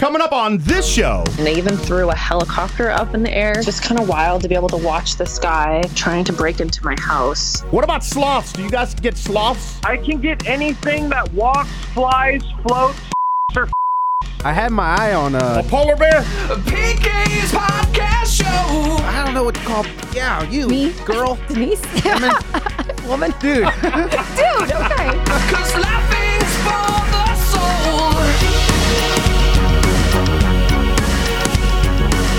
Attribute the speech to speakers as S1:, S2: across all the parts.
S1: Coming up on this show,
S2: And they even threw a helicopter up in the air. It's just kind of wild to be able to watch this guy trying to break into my house.
S1: what about sloths? Do you guys get sloths?
S3: I can get anything that walks, flies, floats, or
S4: I had my eye on
S1: A
S4: uh
S1: polar bear?
S5: PK's podcast show.
S4: Oh, I don't know what to call yeah, you
S6: Me?
S4: girl.
S6: Denise?
S4: Woman. Woman. Dude.
S6: Dude, okay.
S5: Cause life is for the soul.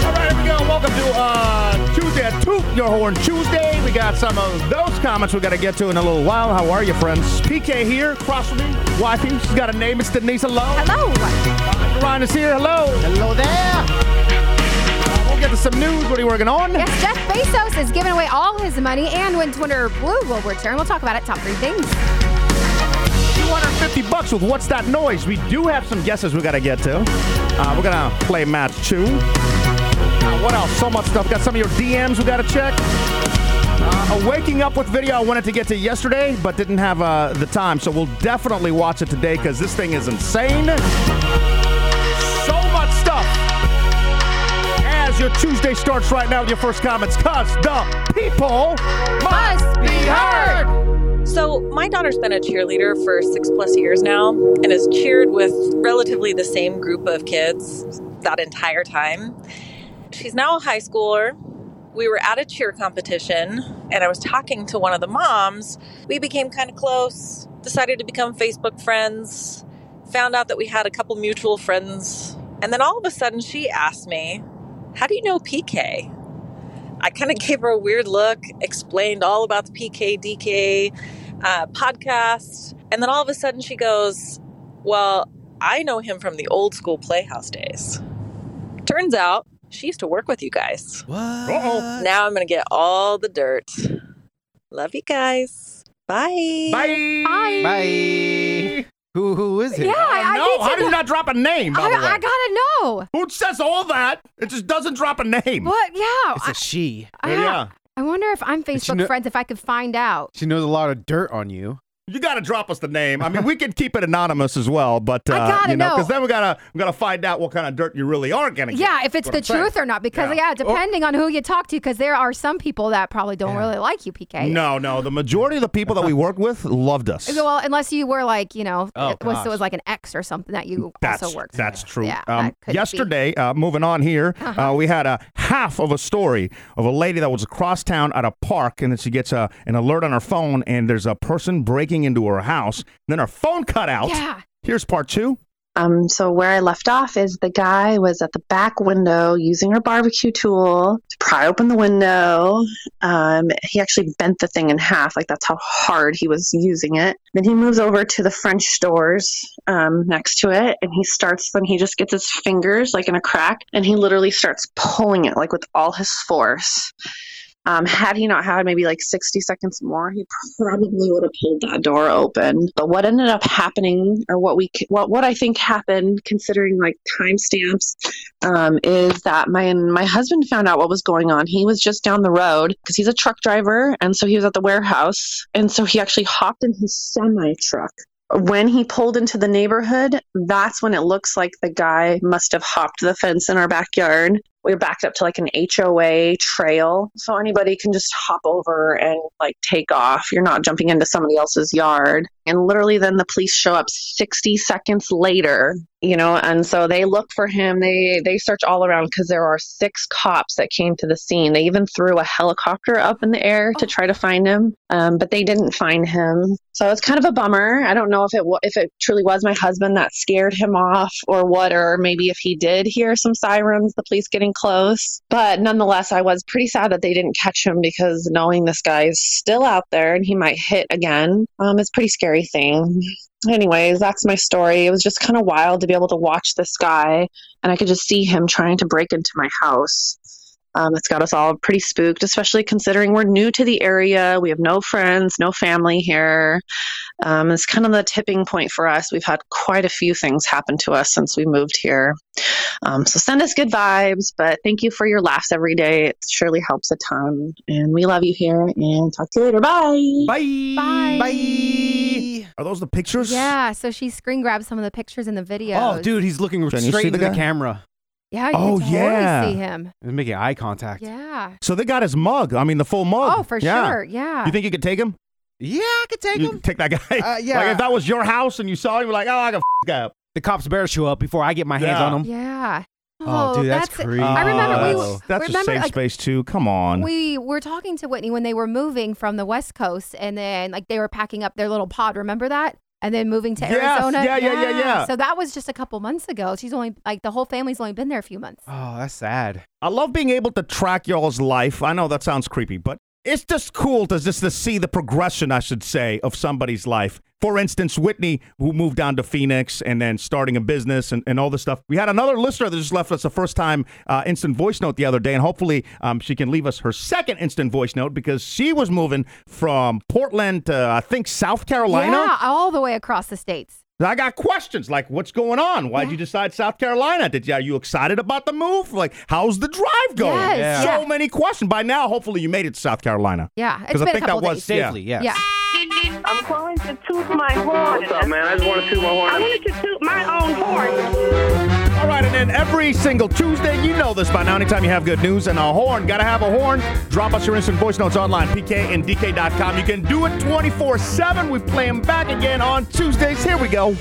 S1: All right, here we go. Welcome to uh, Tuesday at Toot Your Horn Tuesday. We got some of those comments we got to get to in a little while. How are you, friends? PK here, across from me, wifey. She's got a name. It's Denise Alone.
S6: Hello.
S1: Ryan is here. Hello.
S4: Hello there.
S1: We'll get to some news. What are you working on?
S6: Yes, Jeff Bezos has given away all his money, and when Twitter Blue will return, we'll talk about it. Top three things.
S1: 250 bucks with What's That Noise? We do have some guesses we got to get to. Uh, we're going to play match two. Uh, what else? So much stuff. Got some of your DMs we got to check. Uh, a waking up with video I wanted to get to yesterday, but didn't have uh, the time. So we'll definitely watch it today because this thing is insane. So much stuff. As your Tuesday starts right now with your first comments, because the people
S6: Must be heard.
S7: So, my daughter's been a cheerleader for six plus years now and has cheered with relatively the same group of kids that entire time. She's now a high schooler. We were at a cheer competition and I was talking to one of the moms. We became kind of close, decided to become Facebook friends, found out that we had a couple mutual friends. And then all of a sudden, she asked me, How do you know PK? I kind of gave her a weird look, explained all about the PK DK uh, podcast. And then all of a sudden she goes, Well, I know him from the old school Playhouse days. Turns out she used to work with you guys.
S1: Uh-oh.
S7: Now I'm going to get all the dirt. Love you guys. Bye.
S1: Bye.
S4: Bye. Who who is it?
S6: Yeah, I, I
S1: no,
S6: did
S1: how
S6: see
S1: did you
S6: that.
S1: not drop a name? By
S6: I,
S1: the way?
S6: I gotta know.
S1: Who says all that? It just doesn't drop a name.
S6: What? Yeah.
S4: It's
S6: I,
S4: a she.
S6: I-
S1: oh, Yeah.
S6: I wonder if I'm
S4: Did you
S6: Facebook
S4: know-
S6: friends if I could find out.
S4: She knows a lot of dirt on you.
S1: You gotta drop us the name. I mean, we can keep it anonymous as well, but uh,
S6: I gotta
S1: you know,
S6: know.
S1: because then we gotta we gotta find out what kind of dirt you really are gonna get.
S6: Yeah, if it's
S1: That's
S6: the
S1: what I'm
S6: truth or not, because
S1: Yeah. Oh.
S6: yeah, depending on who you talk to, because there are some people that probably don't really like you, PK.
S1: saying. No, no. The majority of the people that we work with loved us.
S6: Well, unless you were like, you know,
S4: Oh,
S6: it was,
S4: gosh.
S6: it was like an ex or something that you
S1: That's
S6: also worked.
S1: that's
S6: with.
S1: true.
S6: Yeah,
S1: Um,
S6: that could be. Uh-huh.
S1: yesterday, uh, moving on here, uh we had a half of a story of a lady that was across town at a park, and then she gets a, an alert on her phone, and there's a person breaking into her house. then her phone cut out.
S6: Yeah.
S1: Here's part two.
S2: Um, so where I left off is the guy was at the back window using her barbecue tool to pry open the window. Um, he actually bent the thing in half, like that's how hard he was using it. Then he moves over to the French doors um, next to it, and he starts. Then he just gets his fingers like in a crack, and he literally starts pulling it like with all his force. Um, had he not had maybe like 60 seconds more, he probably would have pulled that door open. But what ended up happening, or what we, what what I think happened, considering like timestamps, um, is that my my husband found out what was going on. He was just down the road because he's a truck driver, and so he was at the warehouse, and so he actually hopped in his semi truck. When he pulled into the neighborhood, that's when it looks like the guy must have hopped the fence in our backyard we are backed up to like an HOA trail. So anybody can just hop over and like take off. You're not jumping into somebody else's yard. And literally, then the police show up 60 seconds later, you know, and so they look for him. They they search all around because there are six cops that came to the scene. They even threw a helicopter up in the air to try to find him, um, but they didn't find him. So it's kind of a bummer. I don't know if it wa- if it truly was my husband that scared him off or what, or maybe if he did hear some sirens, the police getting close. But nonetheless, I was pretty sad that they didn't catch him because knowing this guy is still out there and he might hit again, um, it's a pretty scary thing. Anyways, that's my story. It was just kind of wild to be able to watch this guy, and I could just see him trying to break into my house. Um, it's got us all pretty spooked, especially considering we're new to the area. We have no friends, no family here. Um, it's kind of the tipping point for us. We've had quite a few things happen to us since we moved here. Um, so send us good vibes, but thank you for your laughs every day. It surely helps a ton. And we love you here and talk to you later. Bye.
S1: Bye.
S6: Bye.
S1: Bye.
S4: Really?
S1: Are those the pictures?
S6: Yeah, so she screen grabbed some of the pictures in the video.
S4: Oh, dude, he's looking
S1: Can you see
S4: straight into
S1: the
S4: the,
S1: guy?
S4: camera.
S6: Yeah, you
S1: Oh,
S6: can totally
S1: yeah.
S6: see him.
S4: He's making eye contact.
S6: Yeah.
S1: So they got his mug. I mean, the full mug.
S6: Oh, for
S1: Yeah.
S6: sure. Yeah.
S1: You think you could take him?
S4: Yeah, I could take
S1: You
S4: him.
S1: take that guy.
S4: Uh, yeah.
S1: Like if that was your house and you saw him, you're like, oh, I can f- this guy up.
S4: The cops better show up before I get my hands
S1: Yeah.
S4: on him.
S6: yeah.
S4: Oh, dude, that's
S6: it.
S4: creepy.
S6: I remember
S1: Oh,
S6: we
S1: that's,
S6: were-
S1: that's
S6: remember,
S1: a safe
S6: like,
S1: space too. Come on.
S6: We were talking to Whitney when they were moving from the West Coast, and then like they were packing up their little pod. Remember that? And then moving to
S1: Yes.
S6: Arizona.
S1: Yeah, yeah, yeah, yeah.
S6: So that was just a couple months ago. She's only like the whole family's only been there a few months.
S4: Oh, that's sad.
S1: I love being able to track y'all's life. I know that sounds creepy, but it's just cool to just to see the progression, I should say, of somebody's life. For instance, Whitney, who moved down to Phoenix and then starting a business and, and all this stuff. We had another listener that just left us a first time uh, instant voice note the other day, and hopefully um, she can leave us her second instant voice note because she was moving from Portland to, I think, South Carolina.
S6: Yeah, all the way across the states.
S1: I got questions like, what's going on? Why'd you decide South Carolina? Did you, are you excited about the move? Like, how's the drive going?
S6: Yes, Yeah.
S1: So
S6: yeah.
S1: many questions. By now, hopefully, you made it to South Carolina.
S6: Yeah, it's
S1: Because I
S6: been a
S1: think that
S6: couple
S1: was-
S6: days.
S1: Yeah.
S4: Safely, yes.
S6: Yeah.
S8: I'm calling to toot my horn.
S3: What's up, man? I just want to toot my horn.
S8: I wanted to toot my own horn.
S1: All right, and then every single Tuesday, you know this by now. Anytime you have good news and a horn, gotta have a horn. Drop us your instant voice notes online, pkndk.com. You can do it 24 7. We play them back again on Tuesdays. Here we go.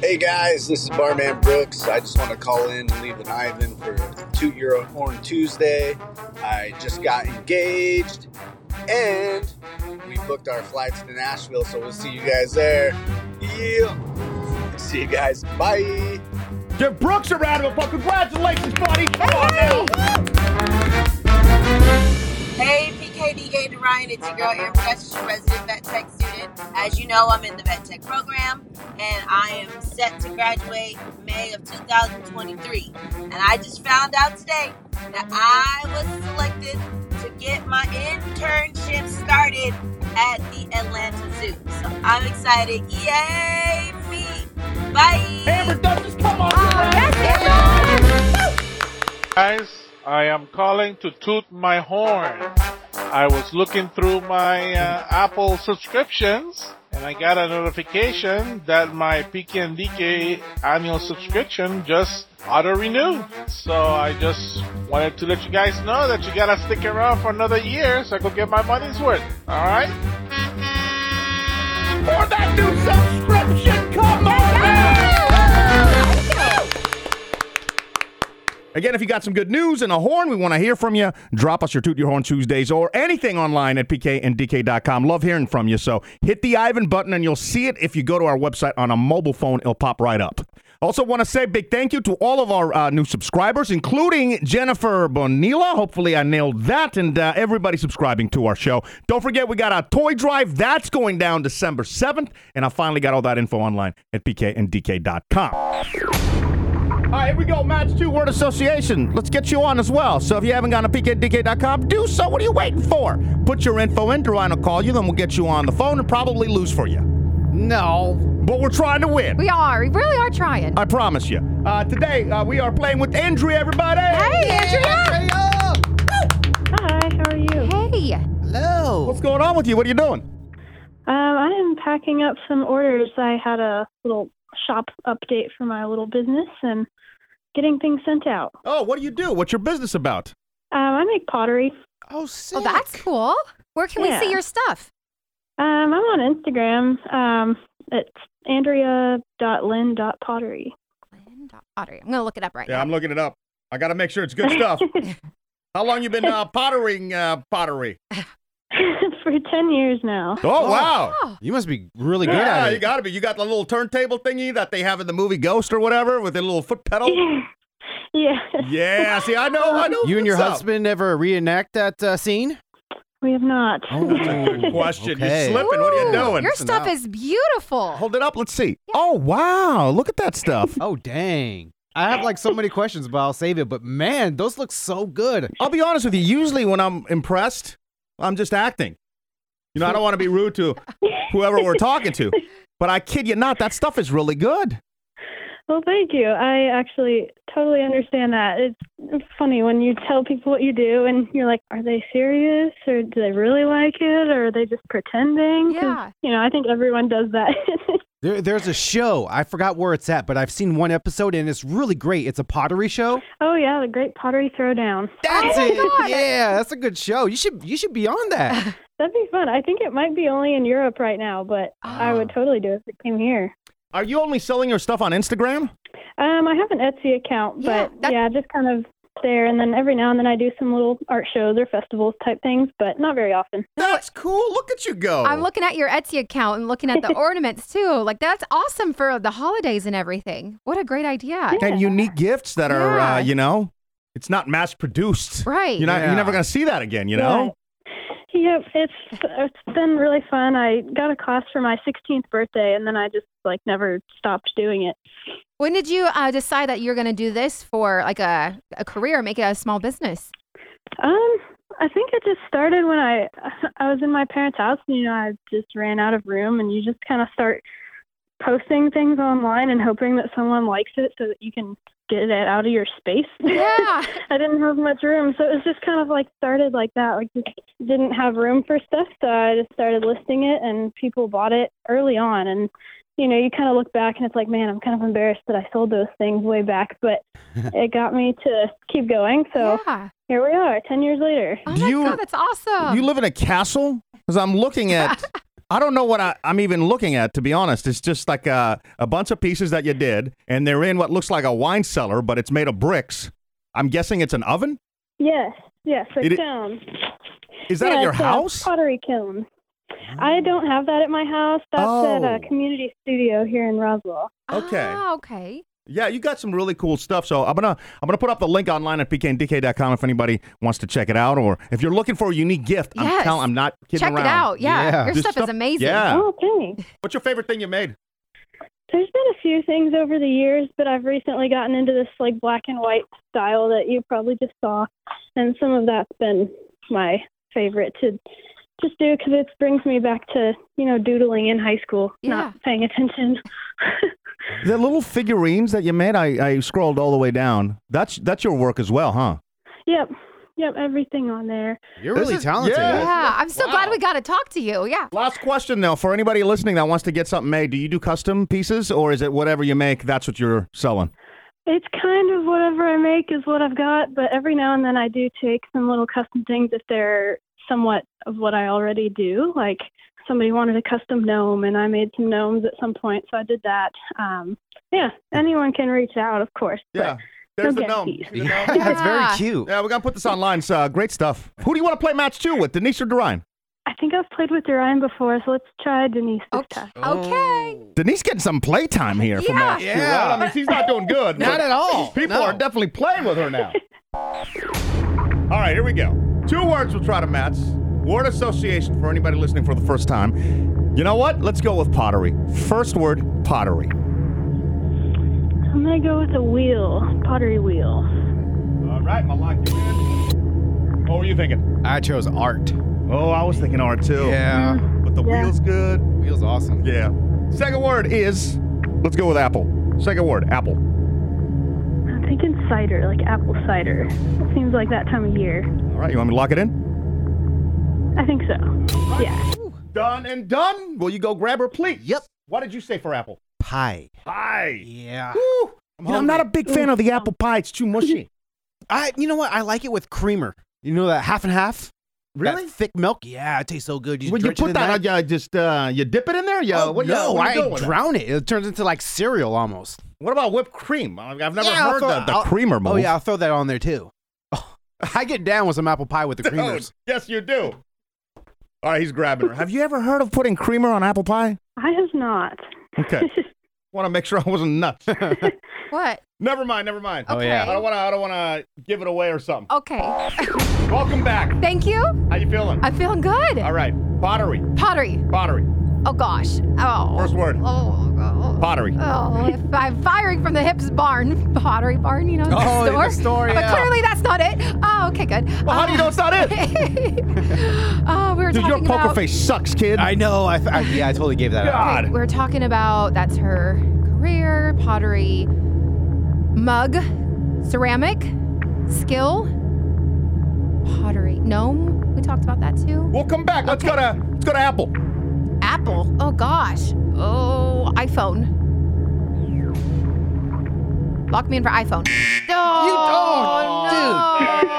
S9: Hey guys, this is Barman Brooks. I just want to call in and leave an eye in for Two Euro Horn Tuesday. I just got engaged and we booked our flights to Nashville, so we'll see you guys there. Yeah. See you guys. Bye.
S1: Give Brooks a round of applause. Congratulations, buddy. Come on now.
S10: Hey, PKDK to Ryan. It's your girl, Erin Precious, your resident vet tech student. As you know, I'm in the vet tech program and I am set to graduate May of 2023. And I just found out today that I was selected to get my internship started at the Atlanta Zoo. So I'm excited. Yay, me. Bye.
S1: Amber Duchess, come on.
S11: Guys, I am calling to toot my horn. I was looking through my uh, Apple subscriptions and I got a notification that my PKNDK annual subscription just auto renewed. So I just wanted to let you guys know that you gotta stick around for another year so I could get my money's worth. Alright?
S1: for that new subscription. Come on Again, if you got some good news and a horn, we want to hear from you. Drop us your Toot Your Horn Tuesdays or anything online at pkndk.com. Love hearing from you. So hit the Ivan button and you'll see it if you go to our website on a mobile phone. It'll pop right up. Also, want to say big thank you to all of our uh, new subscribers, including Jennifer Bonilla. Hopefully, I nailed that. And uh, everybody subscribing to our show. Don't forget, we got our toy drive. That's going down December 7th. And I finally got all that info online at pkndk.com. All right, here we go. Match two word association. Let's get you on as well. So if you haven't gone to pkdk.com, do so. What are you waiting for? Put your info in. Duran will call you. Then we'll get you on the phone and probably lose for you.
S4: No.
S1: But we're trying to win.
S6: We are. We really are trying.
S1: I promise you. Uh, today, uh, we are playing with Andrea, everybody.
S6: Hey, Andrea.
S8: Hi, how are you?
S6: Hey.
S4: Hello.
S1: What's going on with you? What are you doing?
S8: Um, I am packing up some orders. I had a little shop update for my little business and getting things sent out.
S1: Oh, what do you do? What's your business about?
S8: Um, I make pottery.
S4: Oh, sick.
S6: Well, that's cool. Where can
S8: Yeah.
S6: we see your stuff?
S8: Um, I'm on Instagram. Um, it's andrea.lynn.pottery.
S6: Audrey, I'm gonna look it up right now.
S1: looking it up. I got to make sure it's good stuff. How long you been uh, pottering uh, pottery?
S8: for 10 years now.
S1: Oh, wow.
S6: Oh,
S4: You must be really good
S1: Yeah,
S4: at
S1: you
S4: it.
S1: gotta be. You got the little turntable thingy that they have in the movie Ghost or whatever with the little foot pedal.
S8: Yeah. yeah.
S1: yeah, see, I know, I know.
S4: You and your
S1: what's up.
S4: husband ever reenact that uh, scene?
S8: We have not.
S1: Good question.
S4: Mm, Okay.
S1: You're slipping. What are you
S6: Ooh,
S1: doing?
S6: Your stuff
S4: out.
S6: is beautiful.
S1: Hold it up. Let's see. Oh wow! Look at that stuff.
S4: Oh, dang. I have like so many questions, but I'll save it. But man, those look so good.
S1: I'll be honest with you. Usually, when I'm impressed, I'm just acting. You know, I don't want to be rude to whoever we're talking to, but I kid you not, that stuff is really good.
S8: Well, thank you. I actually totally understand that. It's funny when you tell people what you do and you're like, are they serious or do they really like it or are they just pretending? 'Cause,
S6: Yeah.
S8: You know, I think everyone does that.
S4: There, there's a show. I forgot where it's at, but I've seen one episode and it's really great. It's a pottery show.
S8: oh, yeah, the Great Pottery Throwdown.
S4: That's it. Yeah, that's a good show. You should you should be on that.
S8: That'd be fun. I think it might be only in Europe right now, but I would totally do it if it came here.
S1: Are you only selling your stuff on Instagram?
S8: Um, I have an Etsy account, but yeah, just kind of there. And then every now and then I do some little art shows or festivals type things, but not very often.
S1: That's cool. Look at you go.
S6: I'm looking at your Etsy account and looking at the ornaments too. Like that's awesome for the holidays and everything. What a great idea.
S1: And unique gifts that are,
S6: Yeah.
S1: uh, you know, it's not mass produced.
S6: Right.
S1: You're, not,
S6: Yeah.
S1: you're never going to see that again, you know?
S8: Yep, it's it's been really fun. I got a class for my 16th birthday, and then I just like never stopped doing it.
S6: When did you uh, decide that you're going to do this for like a, a career, make it a small business?
S8: Um, I think it just started when I I was in my parents' house, and you know I just ran out of room, and you just kind of start posting things online and hoping that someone likes it so that you can get it out of your space.
S6: Yeah.
S8: I didn't have much room, so it was just kind of like started like that. Like just didn't have room for stuff, so I just started listing it, and people bought it early on, and you know, you kind of look back and it's like, man, I'm kind of embarrassed that I sold those things way back, but it got me to keep going. So here we are, 10 years later.
S1: Do you,
S6: Oh, that's awesome.
S1: you live in a castle? Because I'm looking at, I don't know what I, I'm even looking at, to be honest. It's just like a, a bunch of pieces that you did, and they're in what looks like a wine cellar, but it's made of bricks. I'm guessing it's an oven?
S8: Yes, yes, a
S1: It i-
S8: kiln.
S1: Is that at
S8: Yeah,
S1: your
S8: it's a
S1: house? Ah.
S8: pottery kiln. I don't have that at my house. That's at
S1: Oh.
S8: a community studio here in Roswell.
S1: Okay.
S6: Ah, okay.
S1: Yeah, you got some really cool stuff. So I'm gonna I'm gonna put up the link online at pkndk.com if anybody wants to check it out, or if you're looking for a unique gift. I'm
S6: Yes.
S1: telling, I'm not kidding
S6: Check it
S1: around.
S6: out. Yeah. Your
S1: This
S6: stuff is amazing.
S1: Yeah.
S8: Oh, thanks.
S1: What's your favorite thing you made?
S8: There's been a few things over the years, but I've recently gotten into this like black and white style that you probably just saw, and some of that's been my favorite to just do because it brings me back to you know doodling in high school, not paying attention.
S1: The little figurines that you made. I, I scrolled all the way down. That's that's your work as well, huh?
S8: Yep, yep, everything on there.
S4: You're
S1: This really is- talented. yeah.
S6: Yeah. I'm so glad we got to talk to you. Yeah.
S1: Last question though, for anybody listening that wants to get something made, do you do custom pieces or is it whatever you make? That's what you're selling.
S8: It's kind of whatever I make is what I've got, but every now and then I do take some little custom things if they're somewhat of what I already do. Like somebody wanted a custom gnome, and I made some gnomes at some point, so I did that. Um, yeah, anyone can reach out, of course. but
S1: Yeah. There's
S8: no
S1: the gnome.
S8: guarantees.
S1: The gnome.
S8: Yeah, it's very Yeah.
S4: cute.
S1: Yeah, we're gonna put this online. It's uh, great stuff. Who do you want to play match two with, Denise or Derine?
S8: I think I've played with Orion before, so let's try Denise this time.
S6: Okay.
S1: Denise getting some playtime here for
S8: Yeah.
S1: Matt. Stewart.
S8: Yeah.
S1: I mean, she's not doing good.
S4: Not
S1: but
S4: at all.
S1: People
S4: No.
S1: are definitely playing with her now. all right, here we go. Two words we'll try to match. Word association for anybody listening for the first time. You know what? Let's go with pottery. First word, pottery.
S8: I'm gonna go with a wheel, pottery wheel.
S1: All right, Malak, you win. What were you thinking?
S4: I chose art.
S1: Oh, I was thinking art too.
S4: Yeah.
S1: But the
S8: Yeah.
S1: wheel's good.
S4: Wheels awesome.
S1: Yeah. Second word is, let's go with apple. Second word, apple.
S8: I'm thinking cider, like apple cider. It seems like that time of year.
S1: All right, you want me to lock it in?
S8: I think so. Yeah.
S1: Done and done. Will you go grab her, please? Yep. What did you say for apple?
S4: Pie.
S1: Pie.
S4: Yeah.
S1: Woo.
S4: I'm
S1: You know, I'm not a big fan of the apple pie. It's too mushy.
S4: I you know what? I like it with creamer. You know that half and half?
S1: Really?
S4: That thick milk? Yeah, it tastes so good. You
S1: When you
S4: drench it
S1: put
S4: in
S1: that, on, you just uh, you dip it in there. You,
S4: Oh,
S1: what, you-
S4: no,
S1: what you
S4: I
S1: doing with that?
S4: drown it. It turns into like cereal almost.
S1: What about whipped cream? I- I've never
S4: Yeah, I'll
S1: heard
S4: throw-
S1: the, the
S4: I'll-
S1: creamer move.
S4: Oh yeah, I'll throw that on there too. I get down with some apple pie with the
S1: Dude,
S4: creamers.
S1: yes, you do. All right, he's grabbing her. Have you ever heard of putting creamer on apple pie?
S8: I have not.
S1: Okay. want to make sure I wasn't nuts.
S6: What?
S1: never mind. Never mind.
S6: Oh, yeah.
S1: I don't want to. I don't want to give it away or something.
S6: Okay.
S1: Welcome back.
S6: Thank you.
S1: How you feeling?
S6: I'm feeling good.
S1: All right. Pottery.
S6: Pottery.
S1: Pottery.
S6: Oh gosh. Oh.
S1: First word.
S6: Oh. oh.
S1: Pottery.
S6: Oh, if I'm firing from the hips barn, pottery barn, you know, the
S1: Oh, in
S6: store.
S1: the store, yeah.
S6: But clearly that's not it. Oh, okay, good. Um,
S1: Well, how do you know it's not it?
S6: oh, we were
S1: Dude, your
S6: talking
S1: poker
S6: about.
S1: face sucks, kid.
S4: I know. I, th- I yeah, I totally gave that up.
S1: God.
S6: We were talking about that's her career, pottery, mug, ceramic, skill, pottery, gnome. We talked about that too.
S1: We'll come back. Let's go to let's go to Apple.
S6: Apple. Oh gosh. Oh, iPhone. Lock me in for iPhone. No.
S4: oh,
S6: no.
S1: dude.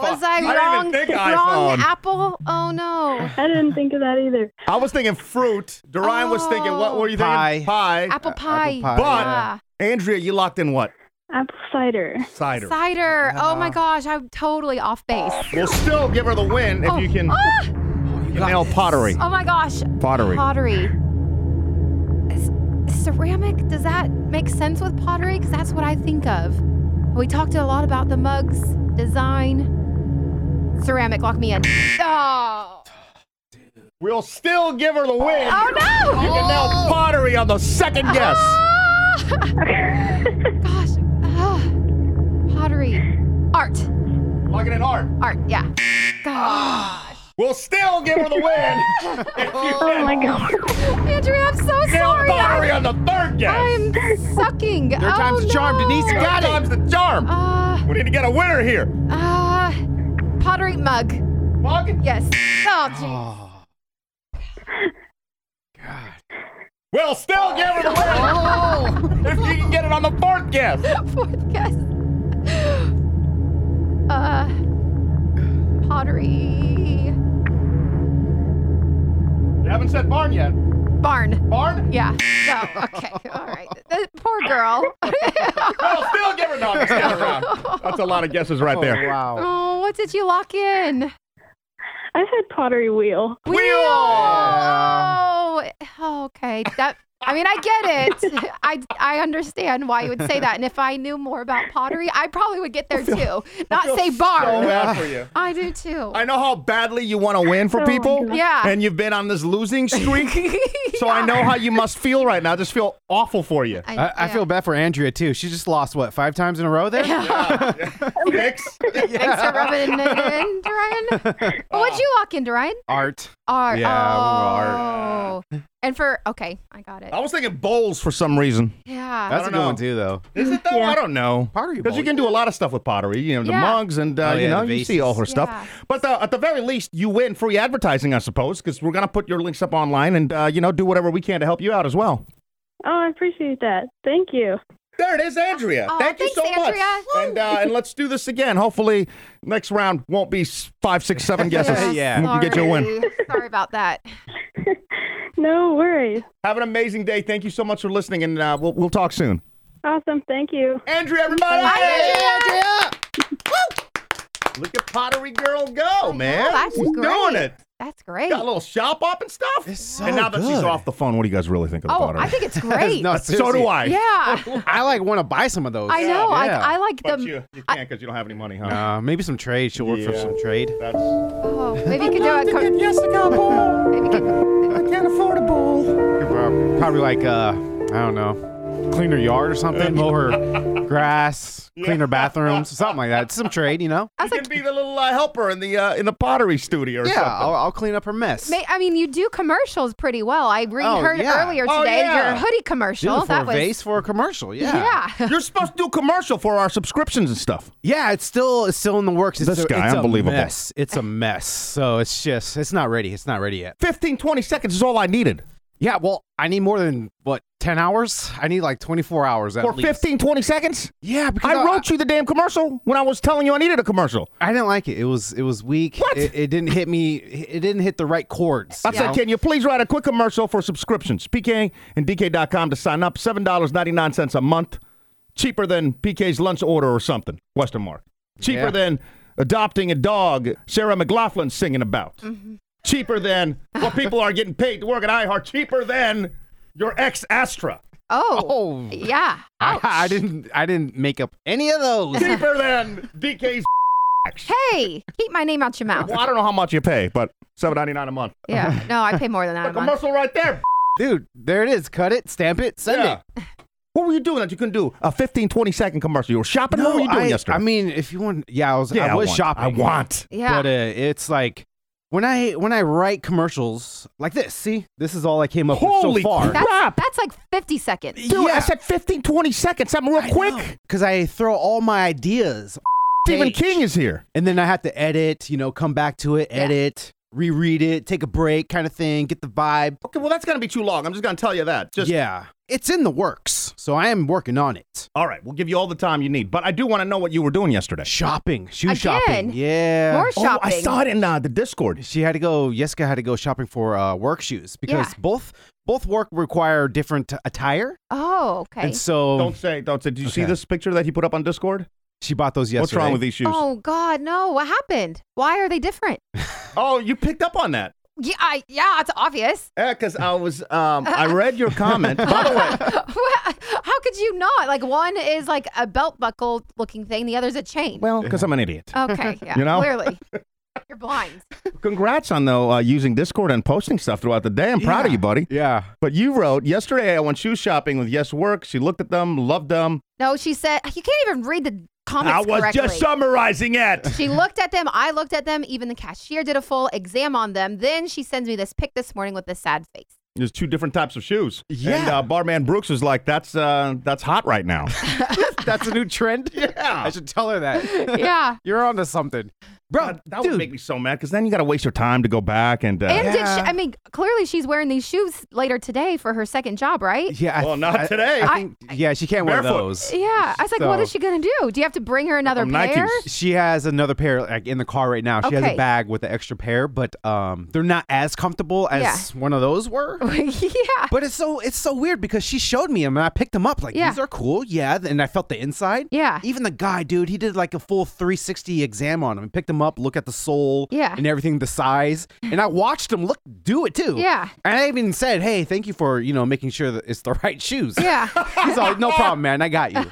S6: Was
S1: iPhone. I
S6: I
S1: didn't even
S6: wrong?
S1: think
S6: wrong
S1: iPhone.
S6: Apple. Oh no.
S8: I didn't think of that either.
S1: I was thinking fruit. Dorian was thinking what were you thinking?
S12: Pie.
S1: uh, Pie.
S6: Apple pie. Ah,
S1: But Andrea, you locked in what?
S8: Apple cider.
S1: Cider.
S6: cider. Oh my gosh, I'm totally off base.
S1: We'll still give her the win if
S6: Oh.
S1: you can
S6: Ah!
S1: nail pottery.
S6: Oh my gosh.
S1: Pottery.
S6: Pottery. Is- is ceramic, does that make sense with pottery? Because that's what I think of. We talked a lot about the mugs, design. Ceramic, lock me in. Oh,
S1: We'll still give her the win.
S6: oh no! Ah.
S1: You can nail pottery on the second guess.
S6: Gosh. Ah. pottery. Art.
S1: Lock it in hard.
S6: Art, yeah. Gosh.
S1: We'll still give her the win. if you
S8: Oh my god.
S6: Andrew, I'm so
S1: nail
S6: sorry.
S1: pottery on
S6: I'm,
S1: the third guess.
S6: I'm sucking. Third
S12: time's
S6: oh,
S12: the charm,
S6: no.
S12: Denise. You got it.
S1: Time's the charm.
S6: Uh,
S1: we need to get a winner here.
S6: Uh, pottery mug.
S1: Mug?
S6: Yes. Oh, jeez.
S12: Oh.
S1: We'll still give her the win. if you can get it on the fourth guess.
S6: Fourth guess. Uh, pottery
S1: You haven't said barn yet.
S6: barn.
S1: Barn?
S6: Yeah. No. Okay. All right. The- poor girl.
S1: We'll still give her no, I'm just kidding around. That's a lot of guesses right there.
S12: wow.
S6: oh, what did you lock in?
S8: I had pottery wheel.
S6: Wheel. Oh, okay. That. I mean, I get it. I, I understand why you would say that. And if I knew more about pottery, I probably would get there too. Not
S1: Oh,
S6: say
S1: So
S6: barn.
S1: bad for you.
S6: I do too.
S1: I know how badly you want to win for
S8: Oh my
S1: people.
S8: God.
S6: Yeah.
S1: And you've been on this losing streak. So I know how you must feel right now. I just feel awful for you.
S12: I, I feel bad for Andrea too. She just lost what five times in a row there.
S1: Six.
S6: Thanks for rubbing it in, Dorian. Well, what'd you lock in, Dorian?
S12: Art.
S6: R.
S12: Yeah, we
S6: oh. And for okay, I got it.
S1: I was thinking bowls for some reason.
S6: Yeah.
S12: That's
S1: don't
S12: a good
S1: know.
S12: one too, though.
S1: Is it though? I don't know.
S12: Pottery
S1: Because you
S12: bowl.
S1: can do a lot of stuff with pottery. You know, the
S6: Yeah.
S1: mugs and, uh,
S12: Oh,
S1: you
S12: yeah,
S1: know,
S12: the
S1: you see all her
S6: vases.
S1: stuff.
S6: Yeah.
S1: But uh, at the very least, you win free advertising, I suppose, because we're going to put your links up online and, uh, you know, do whatever we can to help you out as well.
S8: Oh, I appreciate that. Thank you.
S1: There it is, Andrea.
S6: Aw,
S1: Thank you so
S6: thanks, Andrea.
S1: much. And, uh, and let's do this again. Hopefully, next round won't be s- five, six, seven guesses.
S12: Yeah.
S1: We can get you a win.
S6: sorry. Sorry about that.
S8: No worries.
S1: Have an amazing day. Thank you so much for listening, and uh, we'll, we'll talk soon.
S8: Awesome. Thank you.
S1: Andrea, everybody!
S6: Bye, Andrea.
S1: Look at Pottery Girl go, man.
S6: Oh, that's
S1: She's doing
S6: great.
S1: it.
S6: That's great.
S1: Got a little shop up and stuff.
S12: It's so
S1: and now that she's
S12: good.
S1: off the phone, what do you guys really think of the
S6: Oh,
S1: pottery?
S6: I think it's great.
S12: No,
S1: so
S12: seriously.
S1: do I.
S6: yeah.
S12: I like want to buy some of those.
S6: I know.
S12: Yeah.
S6: um, I, I like
S1: But
S6: the.
S1: you, you can't because you don't have any money, huh?
S12: Uh, maybe some trade. She'll work for
S1: Yeah.
S12: some trade.
S1: That's
S6: Oh, maybe you could do it. co-
S1: Jessica Ball.
S6: Maybe you could,
S1: I can't afford a bowl.
S12: Prob- Probably like uh, I don't know, clean her yard or something, mow her grass, clean her bathrooms, something like that. Some trade, you know.
S1: You can be the little uh, helper in the uh, in the pottery studio. Or
S12: Yeah,
S1: something.
S12: I'll, I'll clean up her mess.
S6: may, I mean, you do commercials pretty well. I re-
S12: Oh,
S6: heard
S12: yeah.
S6: earlier
S1: Oh,
S6: today
S1: yeah.
S6: your hoodie
S12: Dude,
S6: commercial.
S12: for
S6: oh, that
S12: a
S6: was
S12: vase for a commercial. Yeah.
S6: yeah.
S1: You're supposed to do a commercial for our subscriptions and stuff.
S12: Yeah, it's still it's still in the works. It's
S1: This
S12: a,
S1: guy,
S12: it's
S1: unbelievable.
S12: A mess. It's a mess. So it's just it's not ready. It's not ready yet.
S1: 15, 20 seconds is all I needed.
S12: Yeah, well, I need more than what ten hours. I need like twenty four hours at
S1: For
S12: least.
S1: 15, 20 seconds?
S12: Yeah, because
S1: I wrote you the damn commercial when I was telling you I needed a commercial.
S12: I didn't like it. It was it was weak.
S1: What?
S12: It, it didn't hit me. It didn't hit the right chords.
S1: I
S12: you
S1: said,
S12: know?
S1: can you please write a quick commercial for subscriptions? PK and DK.com to sign up. $7.99 a month. Cheaper than PK's lunch order or something, Western Mark. Cheaper
S12: Yeah.
S1: than adopting a dog Sarah McLaughlin's singing about. Cheaper than what people are getting paid to work at iHeart. Cheaper than your ex Astra.
S6: Oh.
S12: Oh,
S6: Yeah.
S12: I,
S6: Ouch.
S12: I didn't. I didn't make up any of those.
S1: Cheaper than DK's.
S6: Hey, keep my name out your mouth.
S1: Well, I don't know how much you pay, but $7.99 a month.
S6: Yeah. No, I pay more than that
S1: A
S6: a month.
S1: commercial right there.
S12: Dude, there it is. Cut it, stamp it, send it.
S1: Yeah. What were you doing that you couldn't do? A 15, 20 second commercial. You were shopping? what were you doing
S12: I,
S1: yesterday?
S12: I mean, if you want, yeah, I was.
S1: Yeah,
S12: I was
S1: want-
S12: shopping.
S1: I want.
S6: Yeah.
S12: But uh, it's like When I when I write commercials like this, see, this is all I came up with so
S1: Holy
S12: far.
S1: crap.
S6: That's, that's like 50 seconds.
S1: Dude, I said 15, 20 seconds. Something real quick.
S12: because I throw all my ideas.
S1: Stephen
S12: page.
S1: King is here.
S12: and then I have to edit, you know, come back to it, edit, reread it, take a break, kind of thing, get the vibe.
S1: Okay, well, that's going to be too long. I'm just going to tell you that. Just
S12: yeah, it's in the works, so I am working on it.
S1: All right, we'll give you all the time you need. But I do want to know what you were doing yesterday.
S12: Shopping, shoe
S6: Again?
S12: shopping, yeah.
S6: More
S1: Oh,
S6: shopping.
S1: I saw it in uh, the Discord.
S12: she had to go. Jessica had to go shopping for uh, work shoes because
S6: Yeah.
S12: both both work require different attire,
S6: Oh, okay.
S12: and so
S1: Don't say, don't say. Did you see
S12: Okay.
S1: this picture that he put up on Discord?
S12: she bought those yesterday.
S1: What's wrong with these shoes?
S6: Oh God, no! What happened? Why are they different?
S1: Oh, you picked up on that.
S6: Yeah, I, yeah, it's obvious.
S1: Yeah, because I was, um, I read your comment. By the way,
S6: How could you not? Like one is like a belt buckle looking thing, the other's a chain.
S1: well, because I'm an idiot.
S6: okay, yeah,
S1: You know?
S6: clearly, you're blind.
S1: Congrats on though uh, using Discord and posting stuff throughout the day. I'm proud of you, buddy.
S12: Yeah,
S1: But you wrote yesterday. I went shoe shopping with Yes Work. She looked at them, loved them.
S6: No, she said you can't even read the comments
S1: I was
S6: correctly.
S1: just summarizing it.
S6: she looked at them. I looked at them. Even the cashier did a full exam on them. Then she sends me this pic this morning with this sad face.
S1: There's two different types of shoes.
S12: Yeah.
S1: And uh, barman Brooks was like, "That's uh, that's hot right now."
S12: that's a new trend. I
S1: yeah.
S12: should tell her that.
S6: Yeah.
S12: You're onto something, bro.
S1: God, that
S12: dude,
S1: would make me so mad because then you got to waste your time to go back and. Uh,
S6: And did
S12: Yeah.
S6: she, I mean, clearly she's wearing these shoes later today for her second job, right?
S12: yeah. I-
S1: Well, not
S12: I-
S1: today.
S12: I think, yeah, she can't wear
S1: Barefoot.
S12: those.
S6: Yeah. I was like, what is
S12: So-
S6: she going to do? Do you have to bring her another
S1: Um,
S6: pair?
S1: Nikes.
S12: She has another pair like in the car right now. She has
S6: Okay.
S12: a bag with an extra pair, but um, they're not as comfortable as one of those were.
S6: yeah.
S12: But it's so it's so weird because she showed me them and I picked them up. Like
S6: Yeah.
S12: these are cool, yeah. And I felt the inside.
S6: Yeah.
S12: Even the guy, dude, he did like a full 360 exam on them and picked them up, look at the sole,
S6: Yeah.
S12: and everything, the size. And I watched him look do it too.
S6: Yeah.
S12: And I even said, hey, thank you for you know making sure that it's the right shoes.
S6: Yeah.
S12: He's all, no problem, man. I got you.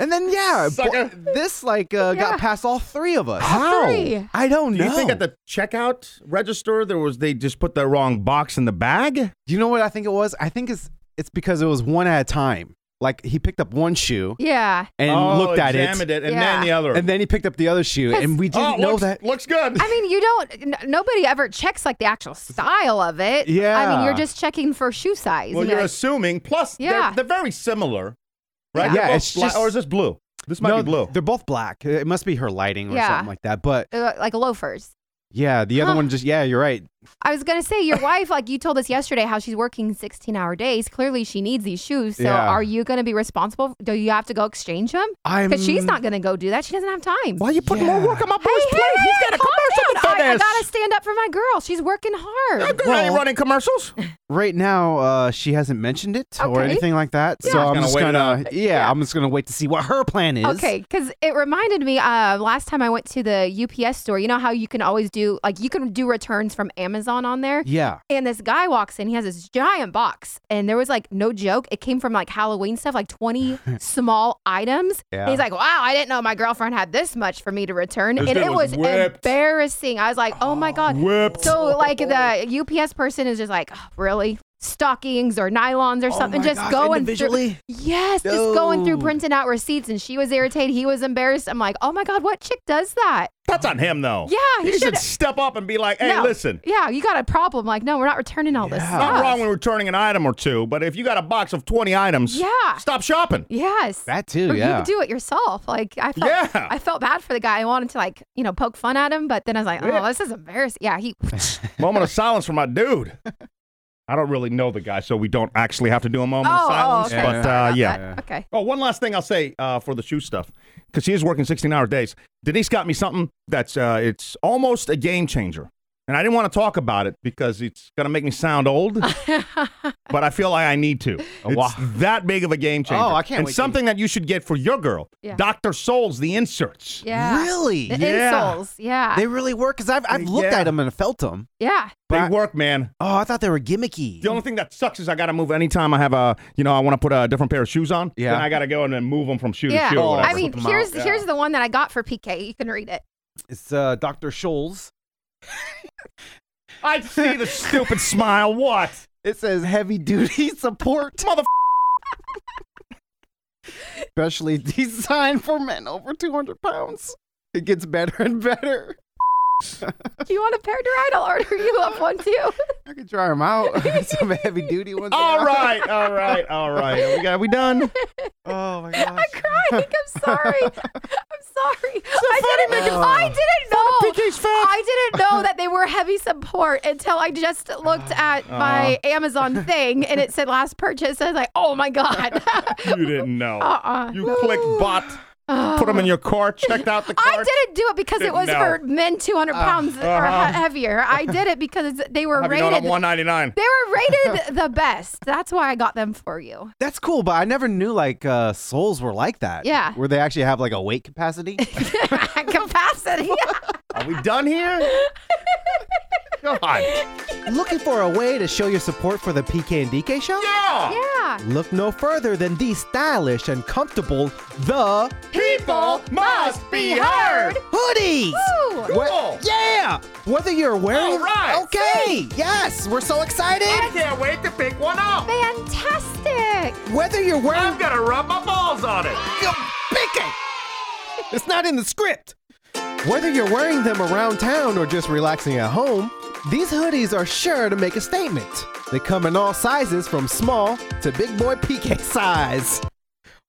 S12: And then yeah, bo-
S1: Sucker.
S12: this like uh,
S6: Yeah.
S12: got past all three of us.
S1: How?
S6: Three.
S12: I don't
S1: Do
S12: know.
S1: you think at the checkout register there was they just put the wrong box in the bag?
S12: you know what I think it was? I think it's it's because it was one at a time. Like he picked up one shoe
S6: Yeah.
S12: and
S1: oh,
S12: looked at it,
S1: examined it, and
S6: Yeah.
S1: then the other.
S12: and then he picked up the other shoe, and we
S1: oh,
S12: didn't know
S1: looks,
S12: that.
S1: looks good.
S6: I mean, you don't, n- nobody ever checks like the actual style of it. I mean,
S12: Yeah.
S6: you're just checking for shoe size.
S1: well,
S6: and
S1: you're
S6: like,
S1: assuming. Plus,
S6: Yeah.
S1: they're, they're very similar, right?
S12: Yeah,
S1: They're both
S12: it's
S1: black-
S12: just-
S1: or is this blue? This might
S12: no,
S1: be blue.
S12: they're both black. It must be her lighting or
S6: Yeah.
S12: something like that. But
S6: uh, like loafers.
S12: yeah, the other
S6: Huh.
S12: one just yeah, you're right.
S6: I was gonna say your wife, like you told us yesterday, how she's working sixteen-hour days. Clearly, she needs these shoes. So,
S12: Yeah.
S6: are you gonna be responsible? Do you have to go exchange them?
S12: I'm
S6: Because she's not gonna go do that. She doesn't have time.
S1: Mm. Why are you putting more
S12: Yeah.
S1: work on my boy's
S6: Hey, hey,
S1: plate? He's
S6: hey,
S1: got a
S6: calm
S1: commercial
S6: down.
S1: to
S6: I, I
S1: finish.
S6: gotta stand up for my girl. She's working
S1: Your
S6: hard.
S1: girl ain't
S12: Well-
S1: running commercials.
S12: right now. Uh, she hasn't mentioned it or
S6: Okay.
S12: anything like that. So
S1: Yeah.
S12: I'm
S1: Gonna
S12: just
S1: wait it
S12: gonna
S1: out.
S12: yeah, I'm just gonna wait to see what her plan is.
S6: Okay, because it reminded me uh, last time I went to the UPS store. You know how you can always do like you can do returns from Amazon on there.
S12: Yeah.
S6: And this guy walks in. He has this giant box, and there was like no joke. It came from like Halloween stuff, like twenty small items.
S12: Yeah.
S6: And he's like, "Wow, I didn't know my girlfriend had this much for me to return,"
S1: This
S6: and
S1: dude
S6: it
S1: was
S6: was,
S1: whipped.
S6: embarrassing. I was like, "Oh my god!"
S1: Whipped.
S6: So like the UPS person is just like, "Oh, "Really." Stockings or nylons or
S1: Oh
S6: something, just going through.
S12: individually.
S6: Yes, just going through
S12: Dude.
S6: printing out receipts, and she was irritated. He was embarrassed. I'm like, oh my god, what chick does that?
S1: That's on him, though.
S6: Yeah, he
S1: he should
S6: should-
S1: step up and be like, "Hey,
S6: No.
S1: listen,
S6: Yeah, you got a problem. Like, no, we're not returning all this
S12: Yeah.
S6: stuff.
S1: not wrong when returning an item or two, but if you got a box of twenty items,
S6: Yeah.
S1: stop shopping."
S6: yes,
S12: That too.
S6: Or you
S12: Yeah.
S6: could do it yourself. Like, I felt,
S1: Yeah.
S6: I felt bad for the guy. I wanted to like, you know, poke fun at him, but then I was like, oh, this is embarrassing. Yeah, he.
S1: Moment of silence for my dude. I don't really know the guy, so we don't actually have to do a moment
S6: Oh,
S1: of
S6: oh,
S1: silence.
S6: okay.
S1: But
S6: Sorry
S1: uh,
S6: about
S1: yeah.
S6: that. Okay.
S1: Oh, one last thing I'll say uh, for the shoe stuff, because she is working 16-hour days. Denise got me something that's uh, it's almost a game changer, and I didn't want to talk about it because it's gonna make me sound old, but I feel like I need to. It's
S12: Oh, wow.
S1: that big of a game changer.
S12: Oh, I can't
S1: And
S12: wait to-
S1: something that you should get for your girl,
S6: Yeah.
S1: Doctor Souls, the inserts.
S6: Yeah.
S12: Really?
S6: The
S1: Yeah.
S6: insoles. Yeah.
S12: They really work because I've I've looked
S1: Yeah.
S12: at them and felt them.
S6: yeah.
S1: They
S12: But-
S1: work, man.
S12: Oh, I thought they were gimmicky.
S1: The only thing that sucks is I got to move anytime I have a, you know, I want to put a different pair of shoes on.
S12: Yeah.
S1: Then I got to go and then move them from shoe
S6: Yeah.
S1: to shoe. Or whatever.
S6: Oh, I mean,
S12: Flip 'em out.
S6: here's
S1: Yeah.
S6: here's the one that I got for PK. You can read it.
S12: It's uh, Dr. Scholl's.
S1: I see the stupid smile. What?
S12: It says heavy duty support,
S1: Mother.
S12: especially designed for men over 200 pounds. It gets better and better.
S6: you want a paraduride? I'll order you up one too.
S12: I could try them out. Some heavy duty ones.
S1: All right, all right, all right. Are we, got, are we done?
S12: Oh my gosh.
S6: I cried. I'm sorry. I'm sorry. I
S1: funny,
S6: didn't,
S1: Megan.
S6: I didn't know.
S1: PK's fat.
S6: I didn't know that they were heavy support until I just looked at my Amazon thing and it said last purchase. I was like, oh my God.
S1: You didn't know.
S6: Uh-uh.
S1: You clicked bot, put them in your cart, checked out the
S6: I
S1: cart.
S6: didn't Ah. do it because it
S1: Didn't
S6: was
S1: know.
S6: for men 200 pounds or
S1: uh-huh.
S6: he- heavier. I did it because they were
S1: Have you known
S6: rated.
S1: I'm 199?
S6: They were rated the best. That's why I got them for you.
S12: That's cool, but I never knew like uh, souls were like that.
S6: Yeah.
S12: Where they actually have like a weight capacity.
S6: Capacity.
S1: Are we done here? God.
S12: Looking for a way to show your support for the PK and DK show?
S1: Yeah.
S6: yeah.
S12: Look no further than the stylish and comfortable The
S1: People must be heard.
S12: Hoodies!
S6: Woo!
S12: Wha-
S1: Cool.
S12: yeah! Whether you're
S1: All
S12: wearing.
S1: right.
S12: Okay! Yes! We're so excited!
S1: I can't wait to pick one up.
S6: Fantastic.
S12: Whether you're wearing.
S1: I'm gonna rub my balls on it.
S12: Pick it! It's not in the script! Whether you're wearing them around town or just relaxing at home, these hoodies are sure to make a statement. They come in all sizes from small to big boy PK size.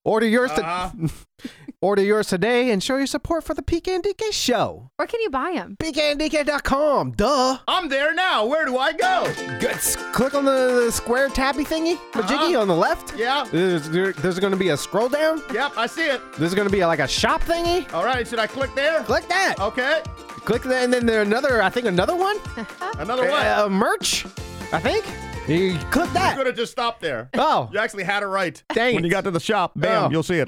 S12: Order yours to-
S1: Uh-huh.
S12: Order yours today and show your support for the PK and DK show.
S6: Where can you buy them?
S12: PKandDK.com, duh.
S1: I'm there now. Where do I go?
S12: Good. s- Click on the, the square tabby thingy, majiggy on the left.
S1: Yeah.
S12: There's, there- there's going to be a scroll down.
S1: Yep, I see it.
S12: There's going to be like a shop thingy.
S1: All right, should I click there?
S12: Click that.
S1: Okay.
S12: Click that, and then there another. I think another one.
S1: Another one.
S12: Uh, merch. I think. You click
S1: you could
S12: that.
S1: have just stopped there.
S12: Oh,
S1: You actually had it right.
S12: Dang
S1: When
S12: it.
S1: you got to the shop, bam,
S12: Oh.
S1: you'll see it.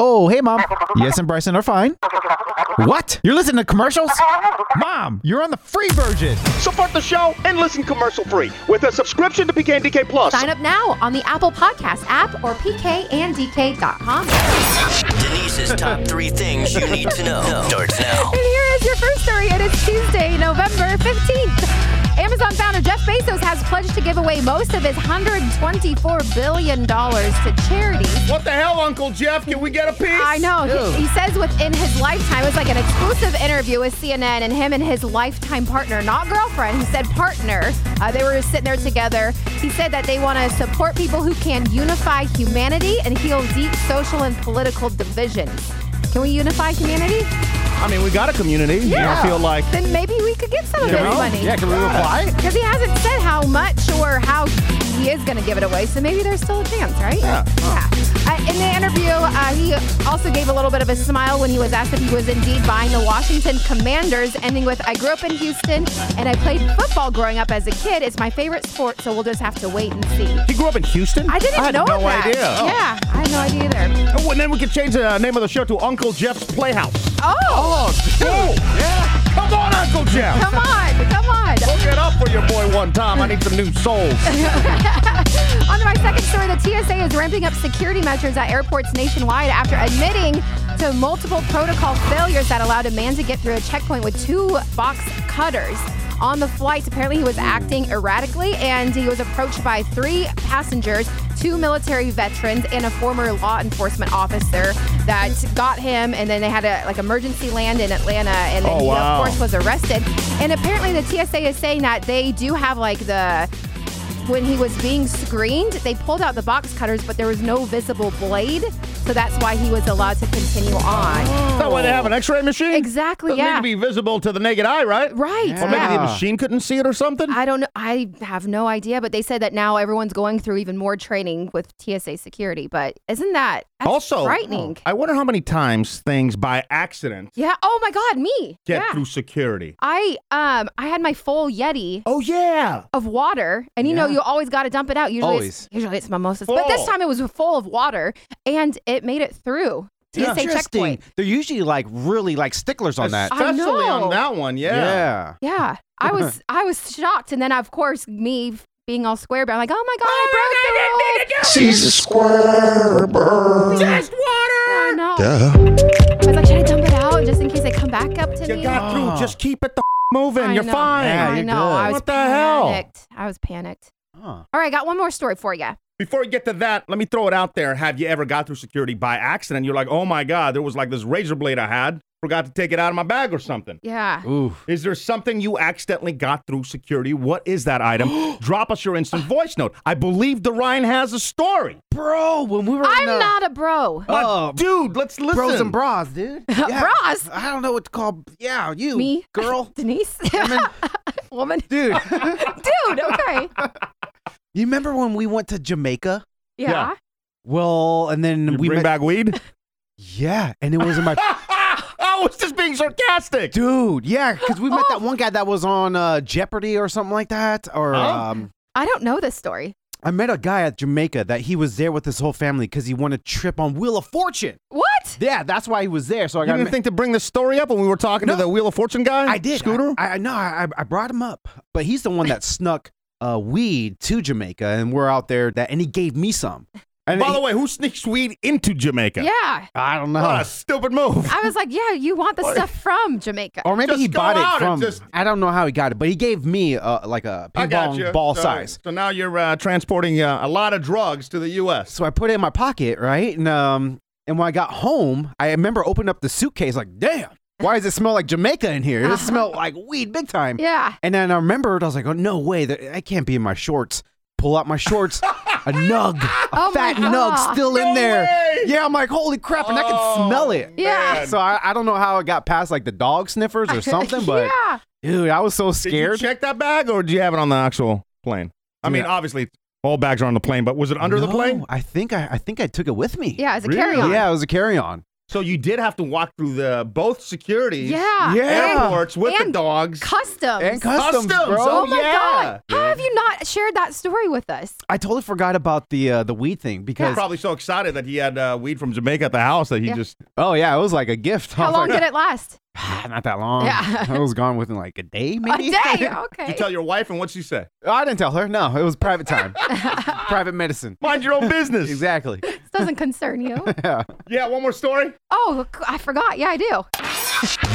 S12: Oh, hey, Mom. Yes, and Bryson are fine. What? You're listening to commercials? Mom, you're on the free version.
S13: Support the show and listen commercial free with a subscription to PKNDK Plus.
S6: Sign up now on the Apple Podcast app or pkanddk.com.
S4: Denise's top three things you need to know starts now.
S6: And here is your first story, and it's Tuesday, November 15th. Amazon founder Jeff Bezos has pledged to give away most of his $124 billion to charities.
S1: What the hell, Uncle Jeff? Can we get a piece?
S6: I know. He, he says within his lifetime, it's like an exclusive interview with CNN and him and his lifetime partner, not girlfriend. He said partner. Uh, they were sitting there together. He said that they want to support people who can unify humanity and heal deep social and political divisions. Can we unify humanity?
S1: I mean, we got a community. I feel like
S6: Then maybe we could get some of
S1: You
S6: this
S1: know?
S6: money.
S1: Yeah, can we apply?
S6: Because he hasn't said how much or how he is going to give it away, so maybe there's still a chance, right? Yeah. Uh, in the interview, uh, he also gave a little bit of a smile when he was asked if he was indeed buying the Washington Commanders, ending with, I grew up in Houston and I played football growing up as a kid. It's my favorite sport, so we'll just have to wait and see.
S1: he grew up in Houston.
S6: I didn't
S1: I had
S6: know
S1: no
S6: that.
S1: idea.
S6: Yeah, I had no idea either.
S1: Oh, and then we could change the name of the show to Uncle Jeff's Playhouse.
S6: Oh,
S1: Cool. Yeah. Come on, Uncle Jeff.
S6: come on, come on.
S1: Hook it up for your boy one time. I need some new
S6: Oh.
S1: souls.
S6: On to my second story, the TSA is ramping up security measures at airports nationwide after admitting to multiple protocol failures that allowed a man to get through a checkpoint with two box cutters. On the flight, apparently he was acting erratically and he was approached by three passengers, two military veterans, and a former law enforcement officer that got him. And then they had a like emergency land in Atlanta, and then
S14: Oh,
S6: he
S14: wow.
S6: of course was arrested. And apparently the TSA is saying that they do have like the when he was being screened, they pulled out the box cutters, but there was no visible blade. So that's why he was allowed to continue on.
S1: Is that why they have an X-ray machine?
S6: Exactly.
S1: Doesn't need
S6: yeah.
S1: to be visible to the naked eye, right?
S6: Right.
S1: Or maybe the
S6: yeah.
S1: machine couldn't see it or something.
S6: I don't know. I have no idea, but they said that now everyone's going through even more training with TSA security. But isn't that that's
S1: also, oh.
S6: frightening?
S1: I wonder how many times things by accident
S6: Yeah. Oh my God, me.
S1: get
S6: yeah.
S1: through security.
S6: I um I had my full Yeti.
S1: Oh yeah.
S6: Of water, and you know
S1: Yeah.
S6: you always got to dump it out. Usually,
S1: Always.
S6: It's, usually it's mimosas, but this
S1: Full.
S6: time it was full of water, and it made it through TSA checkpoint.
S12: They're usually like really like sticklers on that.
S6: Especially I know. on that
S1: one,
S12: Yeah.
S6: Yeah, I was I was shocked, and then of course me being all square, but I'm like, oh my god, I broke the rules.
S15: square bird.
S6: Just water. I know.
S15: Duh.
S6: I was like, should I dump it out just in case they come back up to
S1: You
S6: me?
S1: got
S12: Oh.
S1: through. Just keep it the moving.
S6: I
S1: You're
S6: know.
S1: fine.
S6: I know. I was
S1: what the hell?
S6: panicked. I was panicked. All right, got one more story for you.
S1: Before we get to that, let me throw it out there. Have you ever got through security by accident? You're like, oh my God, there was like this razor blade I had. Forgot to take it out of my bag or something.
S6: Yeah.
S1: Is there something you accidentally got through security? What is that item? Drop us your instant voice note. I believe the Ryan has a story.
S12: Bro, when we were Oh,
S6: I'm not a bro.
S1: But, dude, let's listen.
S12: Bros and bras, dude. Yeah.
S6: Bras?
S12: I don't know what to call. Yeah, you.
S6: Me?
S12: Oh, Girl.
S6: Denise? Woman?
S12: Dude.
S6: Dude, okay.
S12: You remember when we went to Jamaica?
S6: Yeah. Yeah.
S12: Well, and then we
S1: bring back weed.
S12: Yeah, and it was in my
S1: I was just being sarcastic,
S12: dude. Yeah, because we met that
S6: Oh.
S12: one guy that was on uh, Jeopardy or something like that, or
S6: Huh?
S12: um,
S6: I don't know this story.
S12: I met a guy at Jamaica that he was there with his whole family because he won a trip on Wheel of Fortune.
S6: What?
S12: Yeah, that's why he was there. So I
S1: You
S12: got
S1: didn't think to bring the story up when we were talking to the Wheel of Fortune guy?
S12: I did. Scooter? I, I no, I, I brought him up, but he's the one that snuck uh, weed to Jamaica, and we're out there that, and he gave me some. And
S1: By
S12: he-
S1: the way, who sneaks weed into Jamaica?
S6: Yeah.
S12: I don't know.
S1: What a stupid move.
S6: I was like, yeah, you want the stuff from Jamaica.
S12: Or maybe he bought it from.
S1: just-
S12: I don't know how he got it, but he gave me uh, like a
S1: I
S12: ping
S1: got
S12: pong
S1: you.
S12: ball
S1: so,
S12: size.
S1: So now you're uh, transporting uh, a lot of drugs to the U.S.
S12: So I put it in my pocket, right? And um, and when I got home, I remember opening up the suitcase, like, damn, why does it smell like Jamaica in here? It smelled like weed big time.
S6: Yeah.
S12: And then I remembered, I was like, oh no way, that I can't be in my shorts. Pull out my shorts, a nug, a
S6: Oh my
S12: fat nug
S6: God.
S12: still
S6: No
S12: in there.
S6: way.
S12: Yeah, I'm like, holy crap, and I
S1: Oh,
S12: can smell it.
S6: Yeah. man.
S12: So I, I don't know how it got past like the dog sniffers or something, but
S6: Yeah.
S12: dude, I was so
S1: Did you
S12: scared.
S1: check that bag, or do you have it on the actual plane? I mean,
S12: Yeah.
S1: obviously, all bags are on the plane, but was it under the
S12: No,
S1: plane?
S12: I think I, I think I took it with me.
S6: Yeah, as a carry-on.
S12: Yeah, it was a carry-on.
S1: So you did have to walk through the both security
S6: Yeah. Yeah.
S1: airports with the
S6: And
S1: dogs.
S6: Customs.
S12: And customs, bro.
S6: Oh my
S1: Yeah.
S6: God. How have you not shared that story with us?
S12: I totally forgot about the uh, the weed thing
S1: He was
S12: because
S1: probably so excited that he had uh, weed from Jamaica at the house that he
S6: Yeah.
S1: just
S12: oh yeah, it was like a gift. I
S6: How
S12: was
S6: long
S12: like,
S6: did it last?
S12: "Ah, Not that long.
S6: Yeah.
S12: I was gone within like a day, maybe.
S6: A day. Okay.
S1: you tell your wife, and what'd she say?
S12: Oh, I didn't tell her. No, it was private time, private medicine.
S1: Mind your own business.
S12: exactly.
S6: This doesn't concern you.
S12: Yeah.
S1: Yeah, one more story.
S6: Oh, I forgot. Yeah, I do.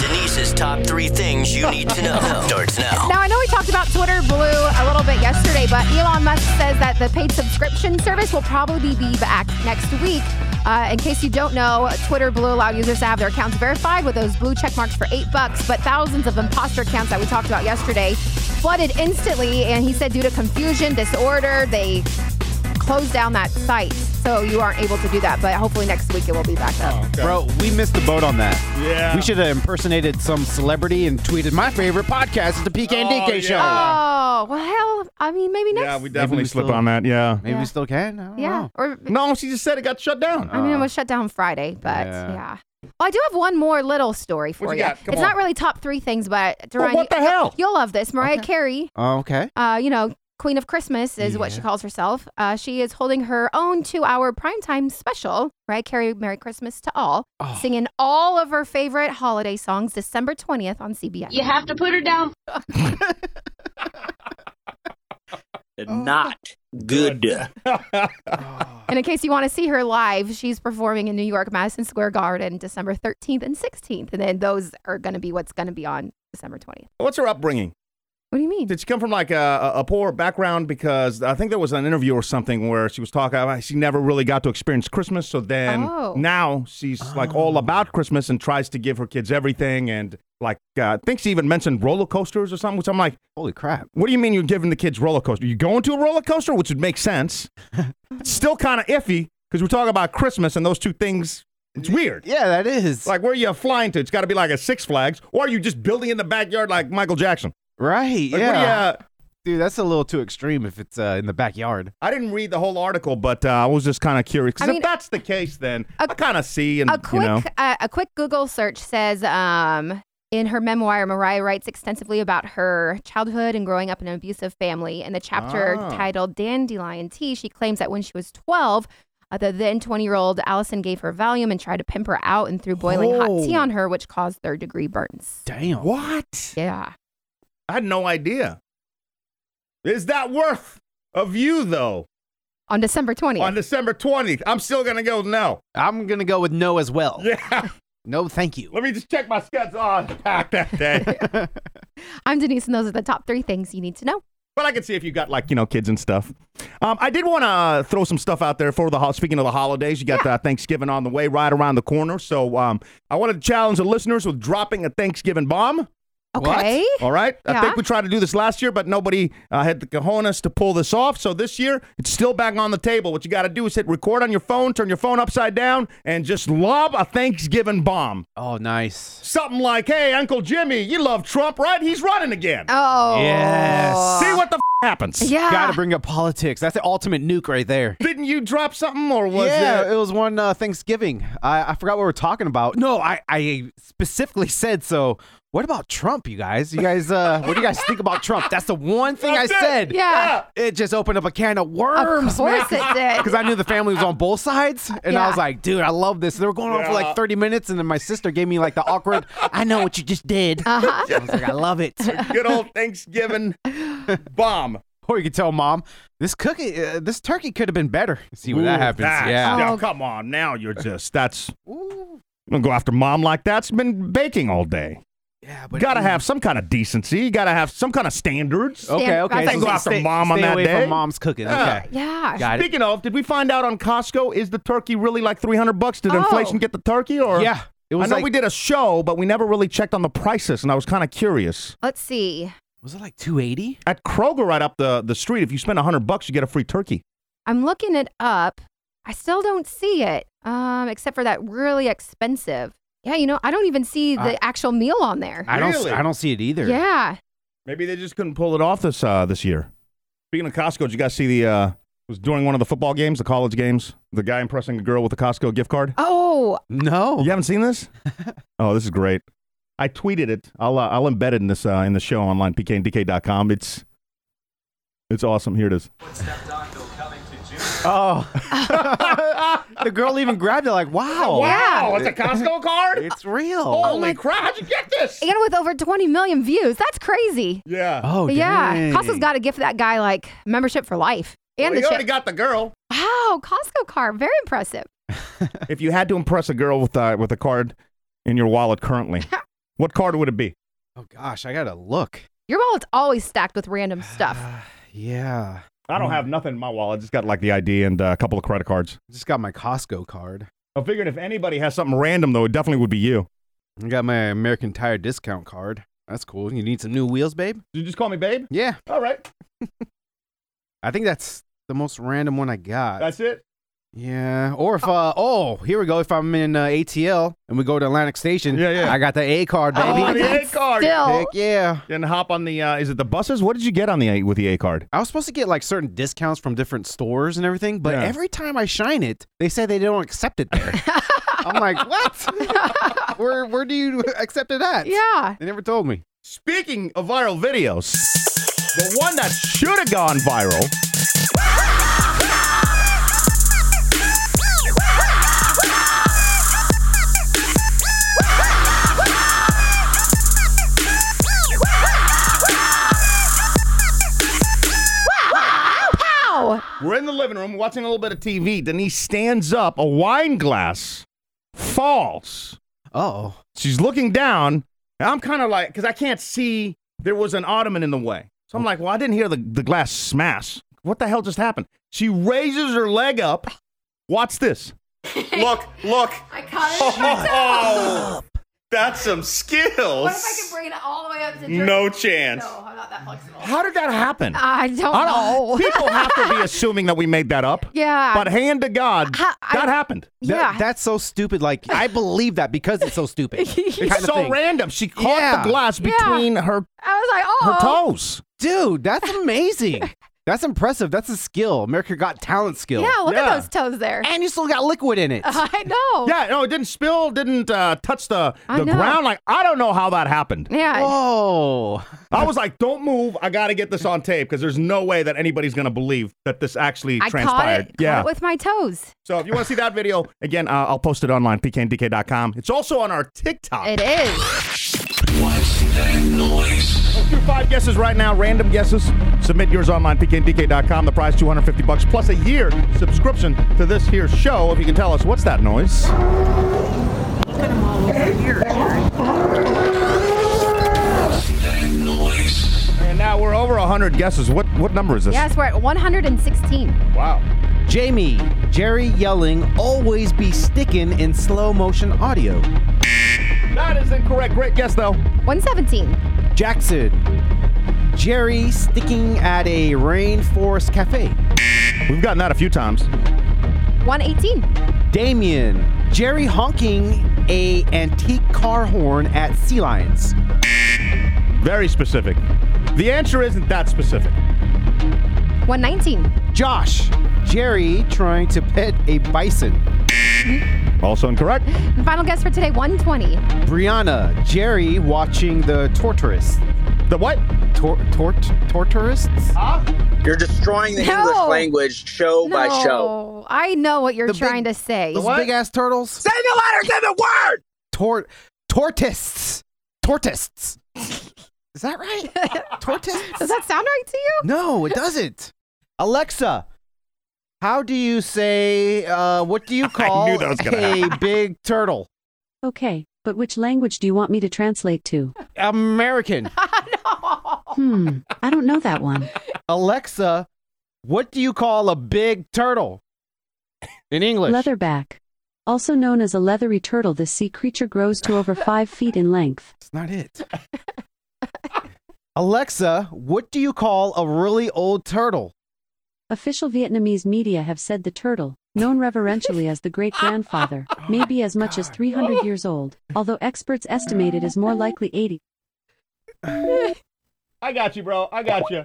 S16: Denise's top three things you need to know starts now.
S6: Now, I know we talked about Twitter Blue a little bit yesterday, but Elon Musk says that the paid subscription service will probably be back next week. Uh, in case you don't know, Twitter Blue allowed users to have their accounts verified with those blue check marks for eight bucks, but thousands of imposter accounts that we talked about yesterday flooded instantly. And he said, due to confusion, disorder, they closed down that site. So you aren't able to do that, but hopefully next week it will be back up.
S12: Bro, we missed the boat on that.
S1: Yeah.
S12: We should have impersonated some celebrity and tweeted my favorite podcast is the PK and DK show.
S6: Oh, well, hell, I mean, maybe next.
S1: Yeah, we definitely
S12: we
S1: slip
S12: still-
S1: on that. Yeah.
S12: Maybe we still can. I don't
S6: yeah.
S12: know. Uh-huh.
S6: Or
S1: No, she just said it got shut down.
S6: I mean, it was shut down Friday, but
S12: Yeah.
S6: yeah. Well, I do have one more little story for
S12: What you
S6: ya.
S12: got? Come
S6: It's
S12: on.
S6: not really top three things, but
S1: Oh,
S12: Well,
S6: Duran,
S12: what the
S6: you'll-
S12: hell?
S6: You'll love this. Mariah Carey,
S12: Oh, okay.
S6: uh, you know, Queen of Christmas is what she calls herself. Uh, she is holding her own two-hour primetime special, right? Carey, Merry Christmas to all,
S12: Oh.
S6: singing all of her favorite holiday songs, December twentieth on CBS.
S14: You have
S6: to put her down.
S16: Not good.
S6: And in case you want to see her live, she's performing in New York, Madison Square Garden, December 13th and 16th. And then those are going to be what's going to be on December 20th.
S1: What's her upbringing?
S6: What do you mean?
S1: Did she come from like a, a a poor background? Because I think there was an interview or something where she was talking. about She never really got to experience Christmas, so then
S6: Oh.
S1: now she's like all about Christmas and tries to give her kids everything. And like, uh, I think she even mentioned roller coasters or something. Which I'm like,
S12: holy crap!
S1: What do you mean you're giving the kids roller coaster? You going to a roller coaster, which would make sense. Still kind of iffy because we're talking about Christmas and those two things. It's weird.
S12: Yeah, that is.
S1: Like, where are you flying to? It's got to be like a Six Flags, or are you just building in the backyard like Michael Jackson?
S12: Right.
S1: Like, what do
S12: yeah.
S1: you-
S12: uh, Dude, that's a little too extreme if it's uh, in the backyard.
S1: I didn't read the whole article, but uh, I was just kind of curious. 'Cause
S6: I mean-
S1: if that's the case, then I kind of see and
S6: a quick
S1: you know.
S6: uh, a quick Google search says um, in her memoir, Mariah writes extensively about her childhood and growing up in an abusive family. In the chapter
S14: Ah.
S6: titled "Dandelion Tea," she claims that when she was twelve. uh, the then 20 year old Allison gave her Valium and tried to pimp her out and threw boiling hot tea
S1: Oh.
S6: on her, which caused third degree burns.
S12: Damn.
S1: What?
S6: Yeah.
S1: I had no idea. Is that worth of you though?
S6: On December 20th.
S1: On December 20th, I'm still gonna go no.
S12: I'm gonna go with no as well.
S1: Yeah.
S12: No, thank you.
S1: Let me just check my schedule. Oh, it's packed that day.
S6: I'm Denise, and those are the top three things you need to know.
S1: But I can see if you got like you know kids and stuff. Um, I did want to throw some stuff out there for the ho- speaking of the holidays. You got uh, Thanksgiving on the way, right around the corner. So um, I wanted to challenge the listeners with dropping a Thanksgiving bomb.
S6: Okay.
S1: All right. I
S6: Yeah.
S1: think we tried to do this last year, but nobody uh, had the cojones to pull this off. So this year, it's still back on the table. What you got to do is hit record on your phone, turn your phone upside down, and just lob a Thanksgiving bomb.
S12: Oh, nice.
S1: Something like, hey, Uncle Jimmy, you love Trump, right? He's running again.
S6: Oh.
S12: Yes.
S1: See what the f- happens.
S6: Yeah.
S12: Gotta bring up politics. That's the ultimate nuke right there.
S1: Didn't you drop something or was
S12: yeah,
S1: it?
S12: it was one uh, Thanksgiving. I, I forgot what we were talking about. No, I, I specifically said so. What about Trump, you guys? You guys, uh, what do you guys think about Trump? That's the one thing
S1: That's
S12: I
S1: it.
S12: said.
S1: Yeah.
S12: It just opened up a can of worms.
S6: course it did.
S12: Because I knew the family was on both sides, and I
S6: Yeah.
S12: was like, dude, I love this. And they were going on for
S1: Yeah.
S12: like 30 minutes, and then my sister gave me like the awkward, I know what you just did.
S6: Uh-huh.
S12: I was like, I love it.
S1: Good old Thanksgiving bomb.
S12: Or you could tell mom, this cookie, uh, this turkey could have been better. See what that
S1: Ooh,
S12: happens.
S1: that's-
S12: Yeah.
S1: now, come on, now you're just that's. You don't go after mom like that. She's been baking all day. Yeah, but gotta have some kind of decency. You gotta have some kind of standards.
S12: Okay, okay.
S1: I think
S12: so
S1: go after
S12: stay-
S1: mom on
S12: stay
S1: that
S12: away
S1: day.
S12: From mom's cooking.
S1: Yeah.
S12: Okay.
S6: Yeah.
S12: Got it.
S1: Speaking of, did we find out on Costco is the turkey really like three hundred bucks? Did
S6: Oh.
S1: inflation get the turkey? Or
S12: Yeah, it was
S1: I know
S12: like-
S1: we did a show, but we never really checked on the prices, and I was kind of curious.
S6: Let's see.
S12: Was it like 280?
S1: At Kroger, right up the, the street, if you spend hundred bucks, you get a free turkey.
S6: I'm looking it up. I still don't see it, um, except for that really expensive. Yeah, you know, I don't even see the
S12: I-
S6: actual meal on there.
S12: I don't.
S1: Really?
S12: I don't see it either.
S6: Yeah.
S1: Maybe they just couldn't pull it off this uh, this year. Speaking of Costco, did you guys see the uh, it was during one of the football games, the college games, the guy impressing a girl with a Costco gift card?
S6: Oh,
S12: No.
S1: You haven't seen this? oh, this is great. I tweeted it. I'll uh, I'll embed it in this uh, in the show online pkndk.com. It's it's awesome. Here it is.
S12: Oh. the girl even grabbed it. Like, Oh, wow.
S6: Yeah. Wow,
S1: it's a Costco card?
S12: It's real.
S6: Oh
S1: Holy crap! How'd you get this?
S6: and with over 20 million views. That's crazy.
S1: Yeah.
S12: Oh,
S6: yeah.
S12: dang.
S6: Costco's got to gift that guy like membership for life and
S1: Well,
S6: the
S1: you already
S6: chip.
S1: got the girl.
S6: wow, Costco card. Very impressive.
S1: If you had to impress a girl with uh, with a card in your wallet currently, what card would it be?
S12: Oh gosh, I gotta look.
S6: Your wallet's always stacked with random stuff.
S12: Yeah.
S1: I don't have nothing in my wallet. I just got like the ID and uh, a couple of credit cards.
S12: I just got my Costco card.
S1: I figured if anybody has something random though, it definitely would be you.
S12: I got my American Tire discount card. That's cool. You need some new wheels, babe?
S1: Did you just call me babe?
S12: Yeah.
S1: All right,
S12: I think that's the most random one I got.
S1: that's it.
S12: Yeah. Or if uh oh, here we go. If I'm in uh, ATL and we go to Atlantic Station,
S1: Yeah, yeah.
S12: I got the A card, baby.
S1: Oh, the A card.
S6: Still,
S12: Heck yeah.
S1: Then hop on the. Uh, is it the buses? What did you get on the A with the A card?
S12: I was supposed to get like certain discounts from different stores and everything, but
S1: Yeah.
S12: every time I shine it, they say they don't accept it there. I'm like, what? where where do you accept it at?
S6: yeah.
S12: They never told me.
S1: Speaking of viral videos, the one that should have gone viral. in the living room watching a little bit of TV. Denise stands up, a wine glass falls.
S12: Oh.
S1: She's looking down, and I'm kind of like, because I can't see, there was an ottoman in the way. So I'm like, well, I didn't hear the, the glass smash. What the hell just happened? She raises her leg up. Watch this.
S17: Look, look.
S6: I caught it.
S17: Oh, that's some skills.
S6: What if I could bring it all the way up to
S17: No chance.
S6: No, I'm not that flexible.
S1: How did that happen?
S6: I don't
S1: I don't-
S6: know.
S1: People have to be assuming that we made that up.
S6: Yeah.
S1: But hand to God, that happened.
S6: Yeah.
S12: that's so stupid. Like I believe that because it's so stupid. Kind of
S1: It's so
S12: thing.
S1: random. She caught
S12: Yeah.
S1: the glass
S12: Yeah.
S1: between her.
S6: I was like, oh.
S12: Her
S1: toes.
S12: Dude, that's amazing. that's impressive. That's a skill. America got talent skill.
S6: Yeah, look at those toes there.
S12: And you still got liquid in it.
S6: I know.
S1: Yeah, no, it didn't spill, didn't uh, touch the,
S6: Oh. I
S1: the
S6: know.
S1: ground. Like, I don't know how that happened.
S6: Yeah.
S12: Whoa.
S1: I was like, don't move. I got to get this on tape because there's no way that anybody's going to believe that this actually
S6: I caught
S1: transpired.
S6: it, caught it with my toes.
S1: So if you want to see that video, again, uh, I'll post it online, pkndk.com. It's also on our TikTok.
S6: It is.
S1: What's that noise? Let's do five guesses right now, random guesses. Submit yours online, pkndk.com. The prize, 250 bucks plus a year subscription to this here show. If you can tell us, what's that noise? And now we're over 100 guesses. What what number is this?
S6: Yes, we're at 116.
S1: Wow.
S12: Jamie, Jerry yelling, always be sticking in slow motion audio.
S1: That is incorrect. Great guess, though.
S6: 117.
S12: Jackson, Jerry sticking at a rainforest cafe.
S1: We've gotten that a few times.
S6: 118.
S12: Damien, Jerry honking a antique car horn at Sea Lions.
S1: Very specific. The answer isn't that specific.
S6: 119.
S12: Josh, Jerry trying to pet a bison.
S1: Also incorrect.
S6: And final guess for today 120.
S12: Brianna, Jerry watching the tortoise.
S1: The what?
S12: Tor- tort tortorists?
S17: You're destroying
S6: the No. English language
S17: show
S6: no, I know what you're trying to say.
S12: Those big ass turtles. Say
S17: the letters in the word.
S12: Tort tortists. Tortists. Is that right? Tortoise?
S6: Does that sound right to you?
S12: No, it doesn't. Alexa, how do you say? Uh, what do you call
S18: knew that was gonna
S12: a
S18: happen.
S12: big turtle?
S18: Okay, but which language do you want me to translate to?
S12: American.
S18: Hmm, I don't know that one.
S12: Alexa, what do you call a big turtle in English?
S18: Leatherback. Also known as a leathery turtle, this sea creature grows to over five feet in length.
S12: That's not it. Alexa, what do you call a really old turtle?
S18: Official Vietnamese media have said the turtle, known reverentially as the great grandfather, may be as much as 300 years old, although experts estimate it is more likely 80.
S1: I got you, bro. I got you.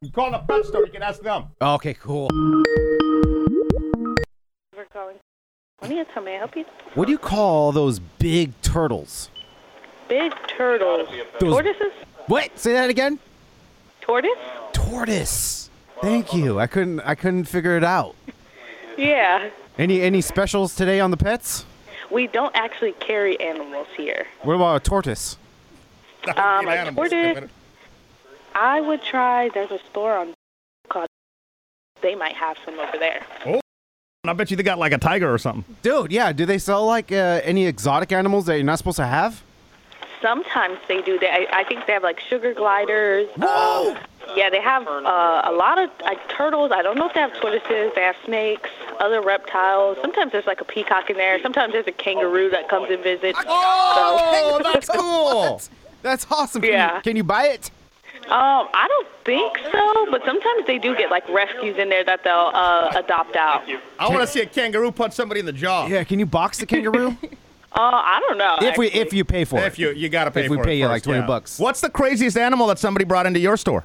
S1: You call the pet store. You can ask them.
S12: Okay, cool.
S14: We're calling. Yes, how may I help you?
S12: What do you call those big turtles?
S14: Big turtles.
S12: Those-
S14: Tortoises?
S12: What? Say that again.
S14: Tortoise?
S12: Tortoise. Thank you. I couldn't. I couldn't figure it out.
S14: Yeah.
S12: Any any specials today on the pets?
S14: We don't actually carry animals here.
S12: What about a tortoise?
S14: Um, a tortoise. I would try. There's a store on called. They might have some over there.
S1: Oh, I bet you they got like a tiger or something.
S12: Dude, yeah. Do they sell like uh, any exotic animals that you're not supposed to have?
S14: Sometimes they do. They, I, I think they have like sugar gliders. Whoa! yeah, they have uh, a lot of like turtles. I don't know if they have tortoises. They have snakes, other reptiles. Sometimes there's like a peacock in there. Sometimes there's a kangaroo that comes and visits.
S12: Oh,
S14: so,
S12: that's cool. That's awesome. Can you-
S14: Yeah.
S12: Can you buy it?
S14: um, I don't think so, but sometimes they do get like rescues in there that they'll uh, adopt out.
S1: I want to see a kangaroo punch somebody in the jaw.
S12: Yeah. Can you box the kangaroo?
S14: Uh, I don't know.
S12: if we if
S14: actually.
S12: you pay for it.
S1: If you you gotta pay
S12: If
S1: for
S12: we
S1: it.
S12: pay you
S1: first,
S12: like 20
S1: yeah.
S12: bucks.
S1: What's the craziest animal that somebody brought into your store?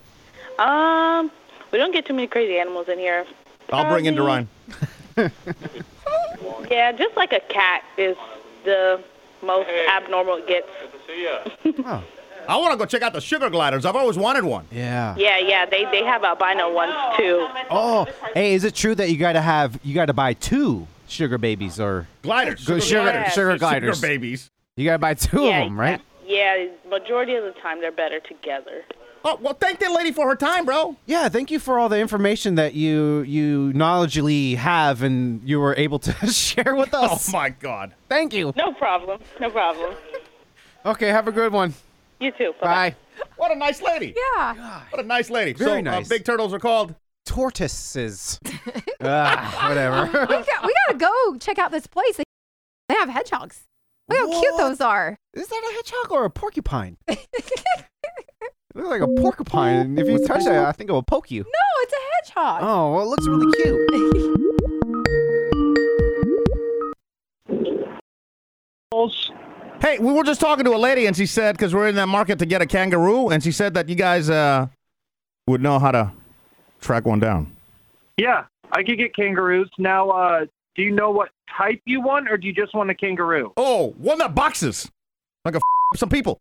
S14: Um, we don't get too many crazy animals in here.
S1: I'll bring in
S12: Um,
S14: Probably-
S1: Ryan.
S14: Um, Yeah, just like a cat is the most abnormal it gets.
S1: I want to go check out the sugar gliders. I've always wanted one.
S12: Yeah.
S14: Yeah, yeah, they they have albino ones too.
S12: Oh, hey, is it true that you gotta have you gotta buy two sugar babies or
S1: Gliders.
S12: Go- sugar,
S14: Yes.
S12: sugar
S14: Sugar
S12: gliders,
S1: babies?
S12: You gotta buy two
S14: Yeah,
S12: of them, right?
S14: Yeah, majority of the time they're better together.
S1: Oh, well, thank that lady for her time, bro.
S12: Yeah, thank you for all the information that you you knowledgeably have and you were able to share with us.
S1: Oh my God.
S12: Thank you.
S2: No problem. No problem.
S12: Okay, have a good one.
S2: You too.
S12: Bye.
S1: What a nice lady.
S2: Yeah.
S1: What a nice lady.
S12: Very
S1: so,
S12: nice.
S1: Uh, big turtles are called.
S12: Tortoises. ah, whatever.
S6: we, got, we gotta go check out this place. They have hedgehogs. Look how cute those are.
S12: Is that a hedgehog or a porcupine? it looks like a porcupine. If you touch that, I think it will poke you.
S6: No, it's a hedgehog.
S12: Oh, well, it looks really cute.
S1: Hey, we were just talking to a lady, and she said because we're in that market to get a kangaroo, and she said that you guys uh, would know how to track one down.
S3: Yeah, I could get kangaroos. Now, uh, do you know what type you want, or do you just want a kangaroo?
S1: Oh, one that boxes like a f- some people.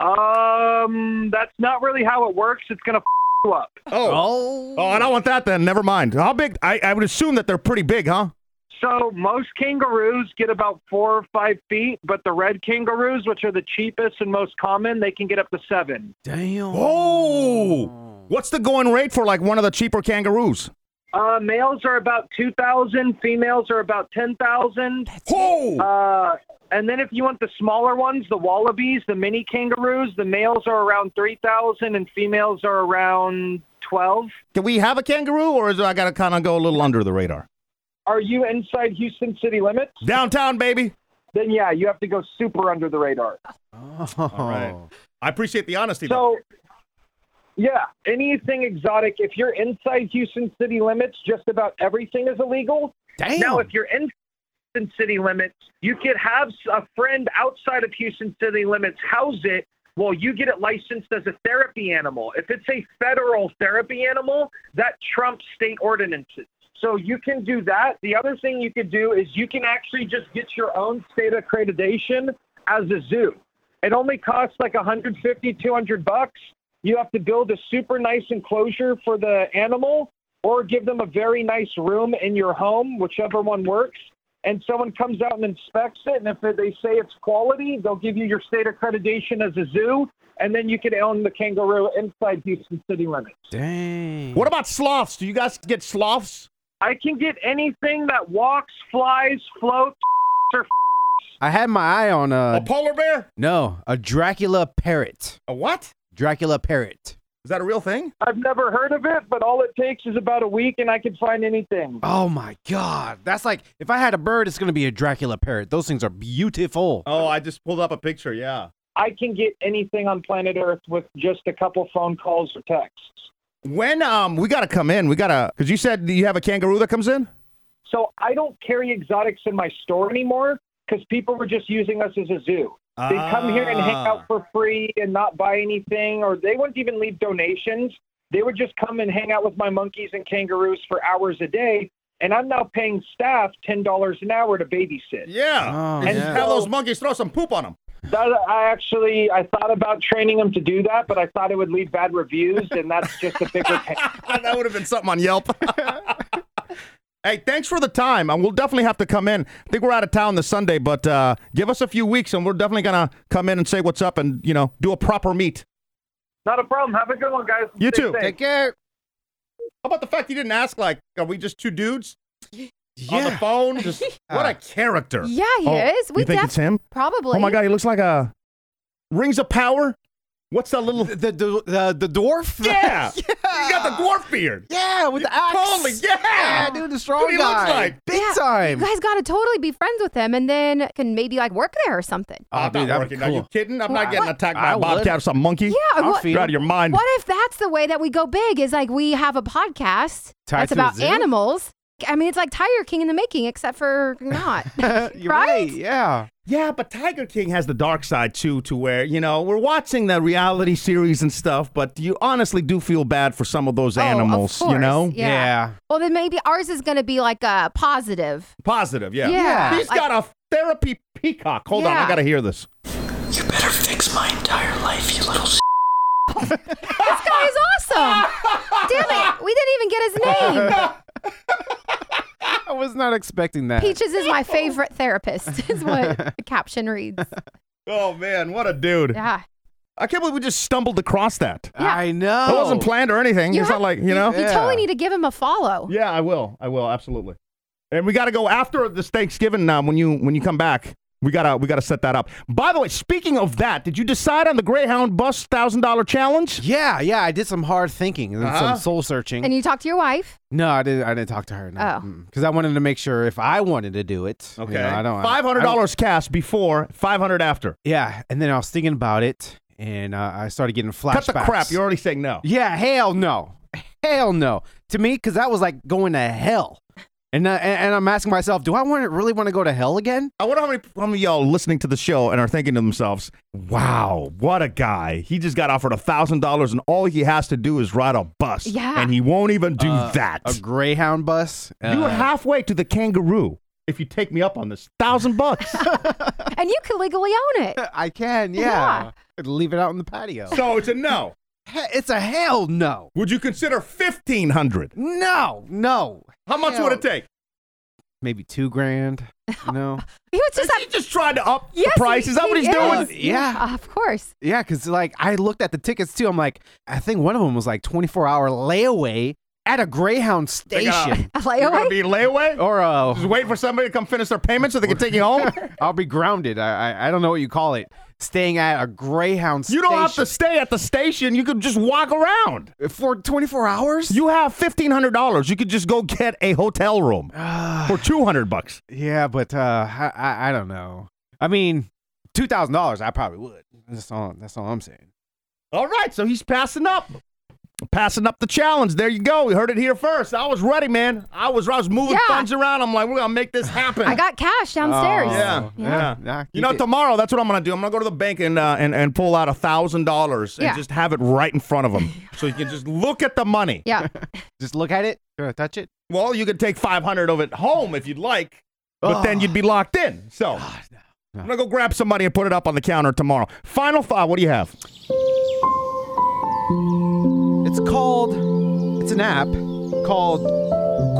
S3: Um, that's not really how it works. It's gonna f- you up.
S1: Oh. Oh, I don't want that then. Never mind. How big? I, I would assume that they're pretty big, huh?
S3: So most kangaroos get about four or five feet, but the red kangaroos, which are the cheapest and most common, they can get up to seven.
S12: Damn.
S1: Oh. What's the going rate for like one of the cheaper kangaroos?
S3: Uh, males are about two thousand. Females are about ten thousand.
S1: Whoa!
S3: Uh, and then if you want the smaller ones, the wallabies, the mini kangaroos, the males are around three thousand, and females are around twelve.
S1: Can we have a kangaroo, or is I got to kind of go a little under the radar?
S3: Are you inside Houston city limits?
S1: Downtown, baby.
S3: Then yeah, you have to go super under the radar.
S1: All right. I appreciate the honesty.
S3: So, yeah, anything exotic. If you're inside Houston city limits, just about everything is illegal.
S12: Damn.
S3: Now, if you're in Houston city limits, you could have s- a friend outside of Houston city limits house it. Well, you get it licensed as a therapy animal. If it's a federal therapy animal, that trumps state ordinances. So you can do that. The other thing you could do is you can actually just get your own state accreditation as a zoo. It only costs like 150, 200 bucks. You have to build a super nice enclosure for the animal or give them a very nice room in your home, whichever one works. And someone comes out and inspects it. And if they say it's quality, they'll give you your state accreditation as a zoo. And then you can own the kangaroo inside Houston city limits.
S12: Dang.
S1: What about sloths? Do you guys get sloths?
S3: I can get anything that walks, flies, floats, or
S12: I had my eye on a,
S1: a polar bear.
S12: No, a Dracula parrot.
S1: A what?
S12: Dracula parrot.
S1: Is that a real thing?
S3: I've never heard of it, but all it takes is about a week and I can find anything.
S12: Oh my god, that's like if I had a bird, it's gonna be a Dracula parrot. Those things are beautiful.
S1: Oh, I just pulled up a picture. Yeah.
S3: I can get anything on planet Earth with just a couple phone calls or texts.
S1: When um we gotta come in, we gotta because you said you have a kangaroo that comes in.
S3: So I don't carry exotics in my store anymore because people were just using us as a zoo.
S1: Ah.
S3: They come here and hang out for free and not buy anything, or they wouldn't even leave donations. They would just come and hang out with my monkeys and kangaroos for hours a day. And I'm now paying staff $10 an hour to babysit.
S1: Yeah.
S12: Oh,
S1: and
S12: yeah.
S1: have those monkeys throw some poop on them.
S3: That, I actually I thought about training them to do that, but I thought it would leave bad reviews, and that's just a bigger pain.
S1: that would have been something on Yelp. hey, thanks for the time, and we'll definitely have to come in. I think we're out of town this Sunday, but uh, give us a few weeks, and we're definitely gonna come in and say what's up, and you know, do a proper meet.
S3: Not a problem. Have a good one, guys.
S1: You
S3: Stay
S1: too.
S3: safe.
S12: care.
S1: How about the fact you didn't ask? Like, are we just two dudes on the
S12: Yeah.
S1: phone? Just what a character.
S6: Yeah, he
S1: Oh,
S6: is. We
S1: you think
S6: def-
S1: it's him?
S6: Probably.
S1: Oh my god, he looks like a Rings of Power. What's that little
S12: the the the, the dwarf?
S1: Yeah. He got the dwarf beard.
S12: Yeah, with the axe.
S1: Totally, yeah.
S12: yeah, dude, the strong
S1: What he looks
S12: guy.
S1: like.
S12: Big
S6: Yeah,
S12: time.
S6: You guys gotta totally be friends with him, and then can maybe like work there or something.
S12: Oh,
S1: I'm
S12: dude,
S1: not
S12: that'd be
S1: working. Are you
S12: cool.
S1: kidding? I'm not
S6: What?
S1: getting attacked by
S12: I
S1: a
S12: would.
S1: bobcat or some monkey.
S6: Yeah, and what-
S1: You're out of your mind.
S6: What if that's the way that we go big? Is like we have a podcast
S12: Tied
S6: that's
S12: to a
S6: about
S12: zoo?
S6: animals. I mean, it's like Tiger King in the making, except for not.
S12: You're
S6: Right?
S12: right? Yeah.
S1: Yeah, but Tiger King has the dark side too, to where, you know, we're watching the reality series and stuff, but you honestly do feel bad for some of those
S6: Oh, of
S1: animals, you know?
S6: course, Yeah. Well, then maybe ours is going to be like a positive.
S1: Positive, yeah.
S6: Yeah,
S1: He's
S6: like-
S1: got a therapy peacock. Hold on,
S6: Yeah.
S1: I gotta hear this.
S16: You better fix my entire life, you little s.
S6: This guy is awesome. Damn it. We didn't even get his name.
S12: I was not expecting that.
S6: Peaches is my favorite therapist, is what the caption reads.
S1: Oh man, what a dude.
S6: Yeah.
S1: I can't believe we just stumbled across that.
S12: I know.
S1: It wasn't planned or anything. it's
S6: have-
S1: not like, you know?
S6: Oh. You totally need to give him a follow.
S1: Yeah, I will. I will absolutely. And we got to go after this Thanksgiving um, when you when you come back. We gotta we gotta set that up. By the way, speaking of that, did you decide on the Greyhound bus thousand dollar challenge?
S12: Yeah, yeah. I did some hard thinking and
S6: Uh-huh.
S12: some soul searching.
S6: And you talk to your wife.
S12: no, I didn't. I didn't talk to her. No.
S6: Oh.
S12: because I wanted to make sure if I wanted to do it. Okay, I don't.
S1: Five hundred dollars cash before, five hundred after.
S12: Yeah, and then I was thinking about it, and uh, I started getting
S1: Cut
S12: flashbacks.
S1: the crap. You're already saying no.
S12: Yeah, hell no, hell no. To me, because that was like going to hell, and uh, and, and I'm asking myself, do I want to really want to go to hell again?
S1: I wonder how many how many of y'all listening to the show and are thinking to themselves, "Wow, what a guy! He just got offered a thousand dollars, and all he has to do is ride a bus,
S12: Yeah.
S1: and he won't even do
S12: Uh,
S1: that."
S12: A Greyhound bus.
S1: you
S12: Uh,
S1: are halfway to the kangaroo. If you take me up on this, thousand bucks.
S6: And you can legally own it.
S12: I can, yeah. I'd Leave it out in the patio.
S1: So it's a no.
S12: It's a hell no.
S1: Would you consider fifteen hundred?
S12: No, no.
S1: How much would it take?
S12: Maybe two grand. No.
S6: He was just,
S1: he just trying to up
S6: yes,
S12: the price?
S6: he-
S12: Is that what
S6: he
S12: he's doing?
S6: is.
S12: Yeah.
S6: Uh, of course.
S12: yeah, because like I looked at the tickets too. I'm like, I think one of them was like 24 hour layaway at a Greyhound
S1: They got
S12: station.
S1: a-
S6: Oh,
S1: You're gonna be layaway
S12: or uh,
S1: just wait for somebody to come finish their payment so they can take you home.
S12: I'll be grounded. I, I I don't know what you call it. Staying at a Greyhound
S1: You
S12: station.
S1: don't have to stay at the station. You could just walk around
S12: for 24 hours.
S1: You have fifteen hundred dollars. You could just go get a hotel room for two hundred bucks.
S12: Yeah, but uh, I, I I don't know. I mean, two thousand dollars, I probably would. That's all. That's all I'm saying.
S1: All right, so he's passing up. Passing up the challenge. There you go. You heard it here first. I was ready, man. I was I was moving
S6: Yeah.
S1: funds around. I'm like, we're gonna make this happen.
S6: I got cash downstairs.
S1: Yeah, yeah.
S12: Nah, keep
S1: you know,
S12: it.
S1: tomorrow that's what I'm gonna do. I'm gonna go to the bank and uh, and and pull out a thousand dollars and
S6: Yeah.
S1: just have it right in front of him, so you can just look at the money.
S6: Yeah.
S12: Just look at it. Can I touch it?
S1: Well, you could take 500 of it home if you'd like, but then you'd be locked in. So I'm gonna go grab some money and put it up on the counter tomorrow. Final thought. What do you have?
S12: It's called. It's an app called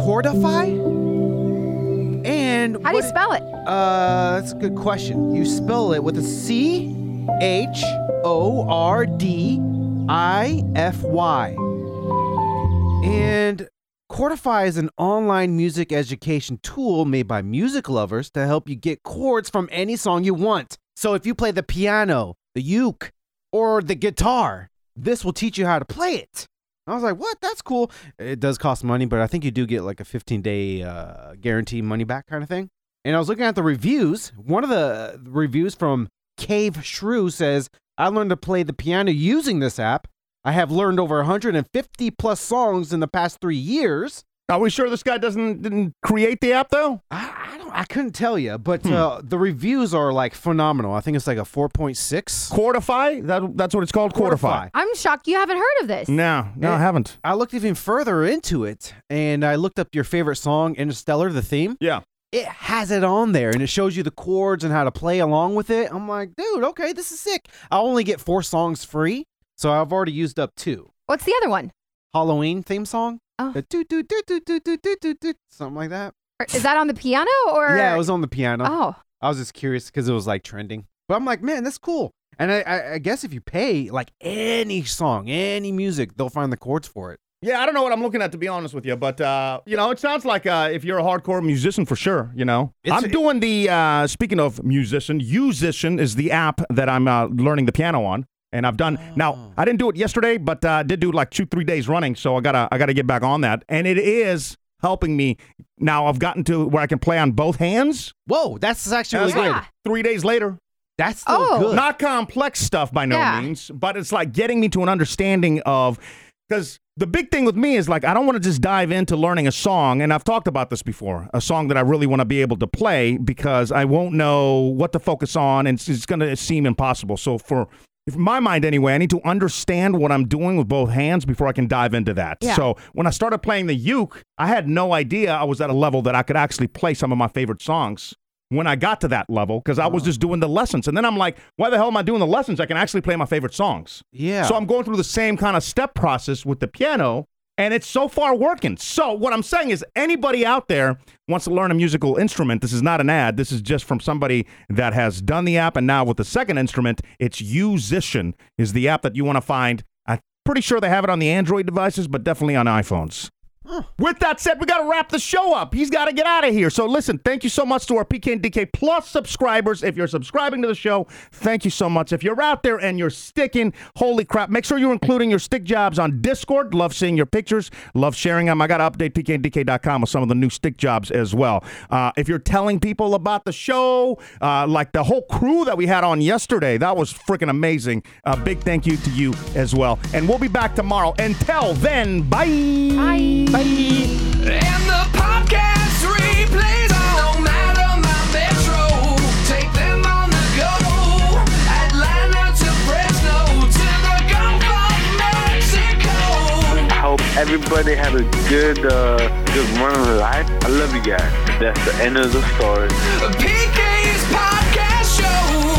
S12: Cordify. And
S6: How do you
S12: what-
S6: spell it?
S12: Uh, that's a good question. You spell it with a C H O R D I F Y. And Chordify is an online music education tool made by music lovers to help you get chords from any song you want. So if you play the piano, the uke, or the guitar, this will teach you how to play it. I was like, what? That's cool. It does cost money, but I think you do get like a 15 day uh, guarantee money back kind of thing. And I was looking at the reviews. One of the reviews from Cave Shrew says, I learned to play the piano using this app. I have learned over 150 plus songs in the past three years.
S1: Are we sure this guy doesn't didn't create the app though?
S12: I, I don't. I couldn't tell you, but uh, the reviews are like phenomenal. I think it's like a 4.6.
S1: Quartify? That that's what it's called. Quartify. Eh,
S6: I'm shocked you haven't heard of this.
S1: No, no, I haven't.
S12: I looked even further into it, and I looked up your favorite song, Interstellar, the theme.
S1: Yeah.
S12: It has it on there, and it shows you the chords and how to play along with it. I'm like, dude, okay, this is sick. I only get four songs free, so I've already used up two.
S6: What's the other one?
S12: Halloween theme song.
S6: Oh.
S12: The do do do do do do do do do something like that.
S6: Or- Is that on the piano or?
S12: Yeah, it was on the piano.
S6: Oh,
S12: I was just curious because it was like trending. But I'm like, man, that's cool. And I, I, I guess if you pay like any song, any music, they'll find the chords for it.
S1: Yeah, I don't know what I'm looking at to be honest with you, but uh, you know, it sounds like uh, if you're a hardcore musician for sure, you know.
S12: It's-
S1: I'm doing the uh, speaking of musician, Musician is the app that I'm uh, learning the piano on. And I've done now. I didn't do it yesterday, but uh, I did do like two, three days running. So I gotta, I gotta get back on that. And it is helping me now. I've gotten to where I can play on both hands.
S12: Whoa, that's actually
S1: And it's
S12: really
S1: like
S12: good.
S1: three days later,
S12: That's still
S6: Oh.
S12: good.
S1: not complex stuff by no
S6: Yeah.
S1: means, but it's like getting me to an understanding of because the big thing with me is like I don't want to just dive into learning a song, and I've talked about this before, a song that I really want to be able to play because I won't know what to focus on, and it's, it's going to seem impossible. So for if my mind anyway, I need to understand what I'm doing with both hands before I can dive into that.
S6: Yeah.
S1: So when I started playing the uke, I had no idea I was at a level that I could actually play some of my favorite songs when I got to that level because I was just doing the lessons. And then I'm like, why the hell am I doing the lessons? I can actually play my favorite songs.
S12: Yeah.
S1: So I'm going through the same kind of step process with the piano. and it's so far working. So what I'm saying is, anybody out there wants to learn a musical instrument, this is not an ad. This is just from somebody that has done the app, and now with the second instrument, it's Musician is the app that you want to find. I'm pretty sure they have it on the Android devices, but definitely on iPhones. With that said, we got to wrap the show up. He's got to get out of here. So listen, thank you so much to our PK and DK Plus subscribers. If you're subscribing to the show, thank you so much. If you're out there and you're sticking, holy crap, make sure you're including your stick jobs on Discord. Love seeing your pictures. Love sharing them. I got to update PKandDK.com with some of the new stick jobs as well. Uh, if you're telling people about the show, uh, like the whole crew that we had on yesterday, that was freaking amazing. A big thank you to you as well. And we'll be back tomorrow. Until then, Bye. Bye.
S7: And the podcast replays no matter my metro. Take them on the go. Atlanta to Fresno to the Gulf of Mexico.
S9: hope everybody have a good, uh, good run of life. I love you guys. That's the end of the story.
S7: PK's podcast show.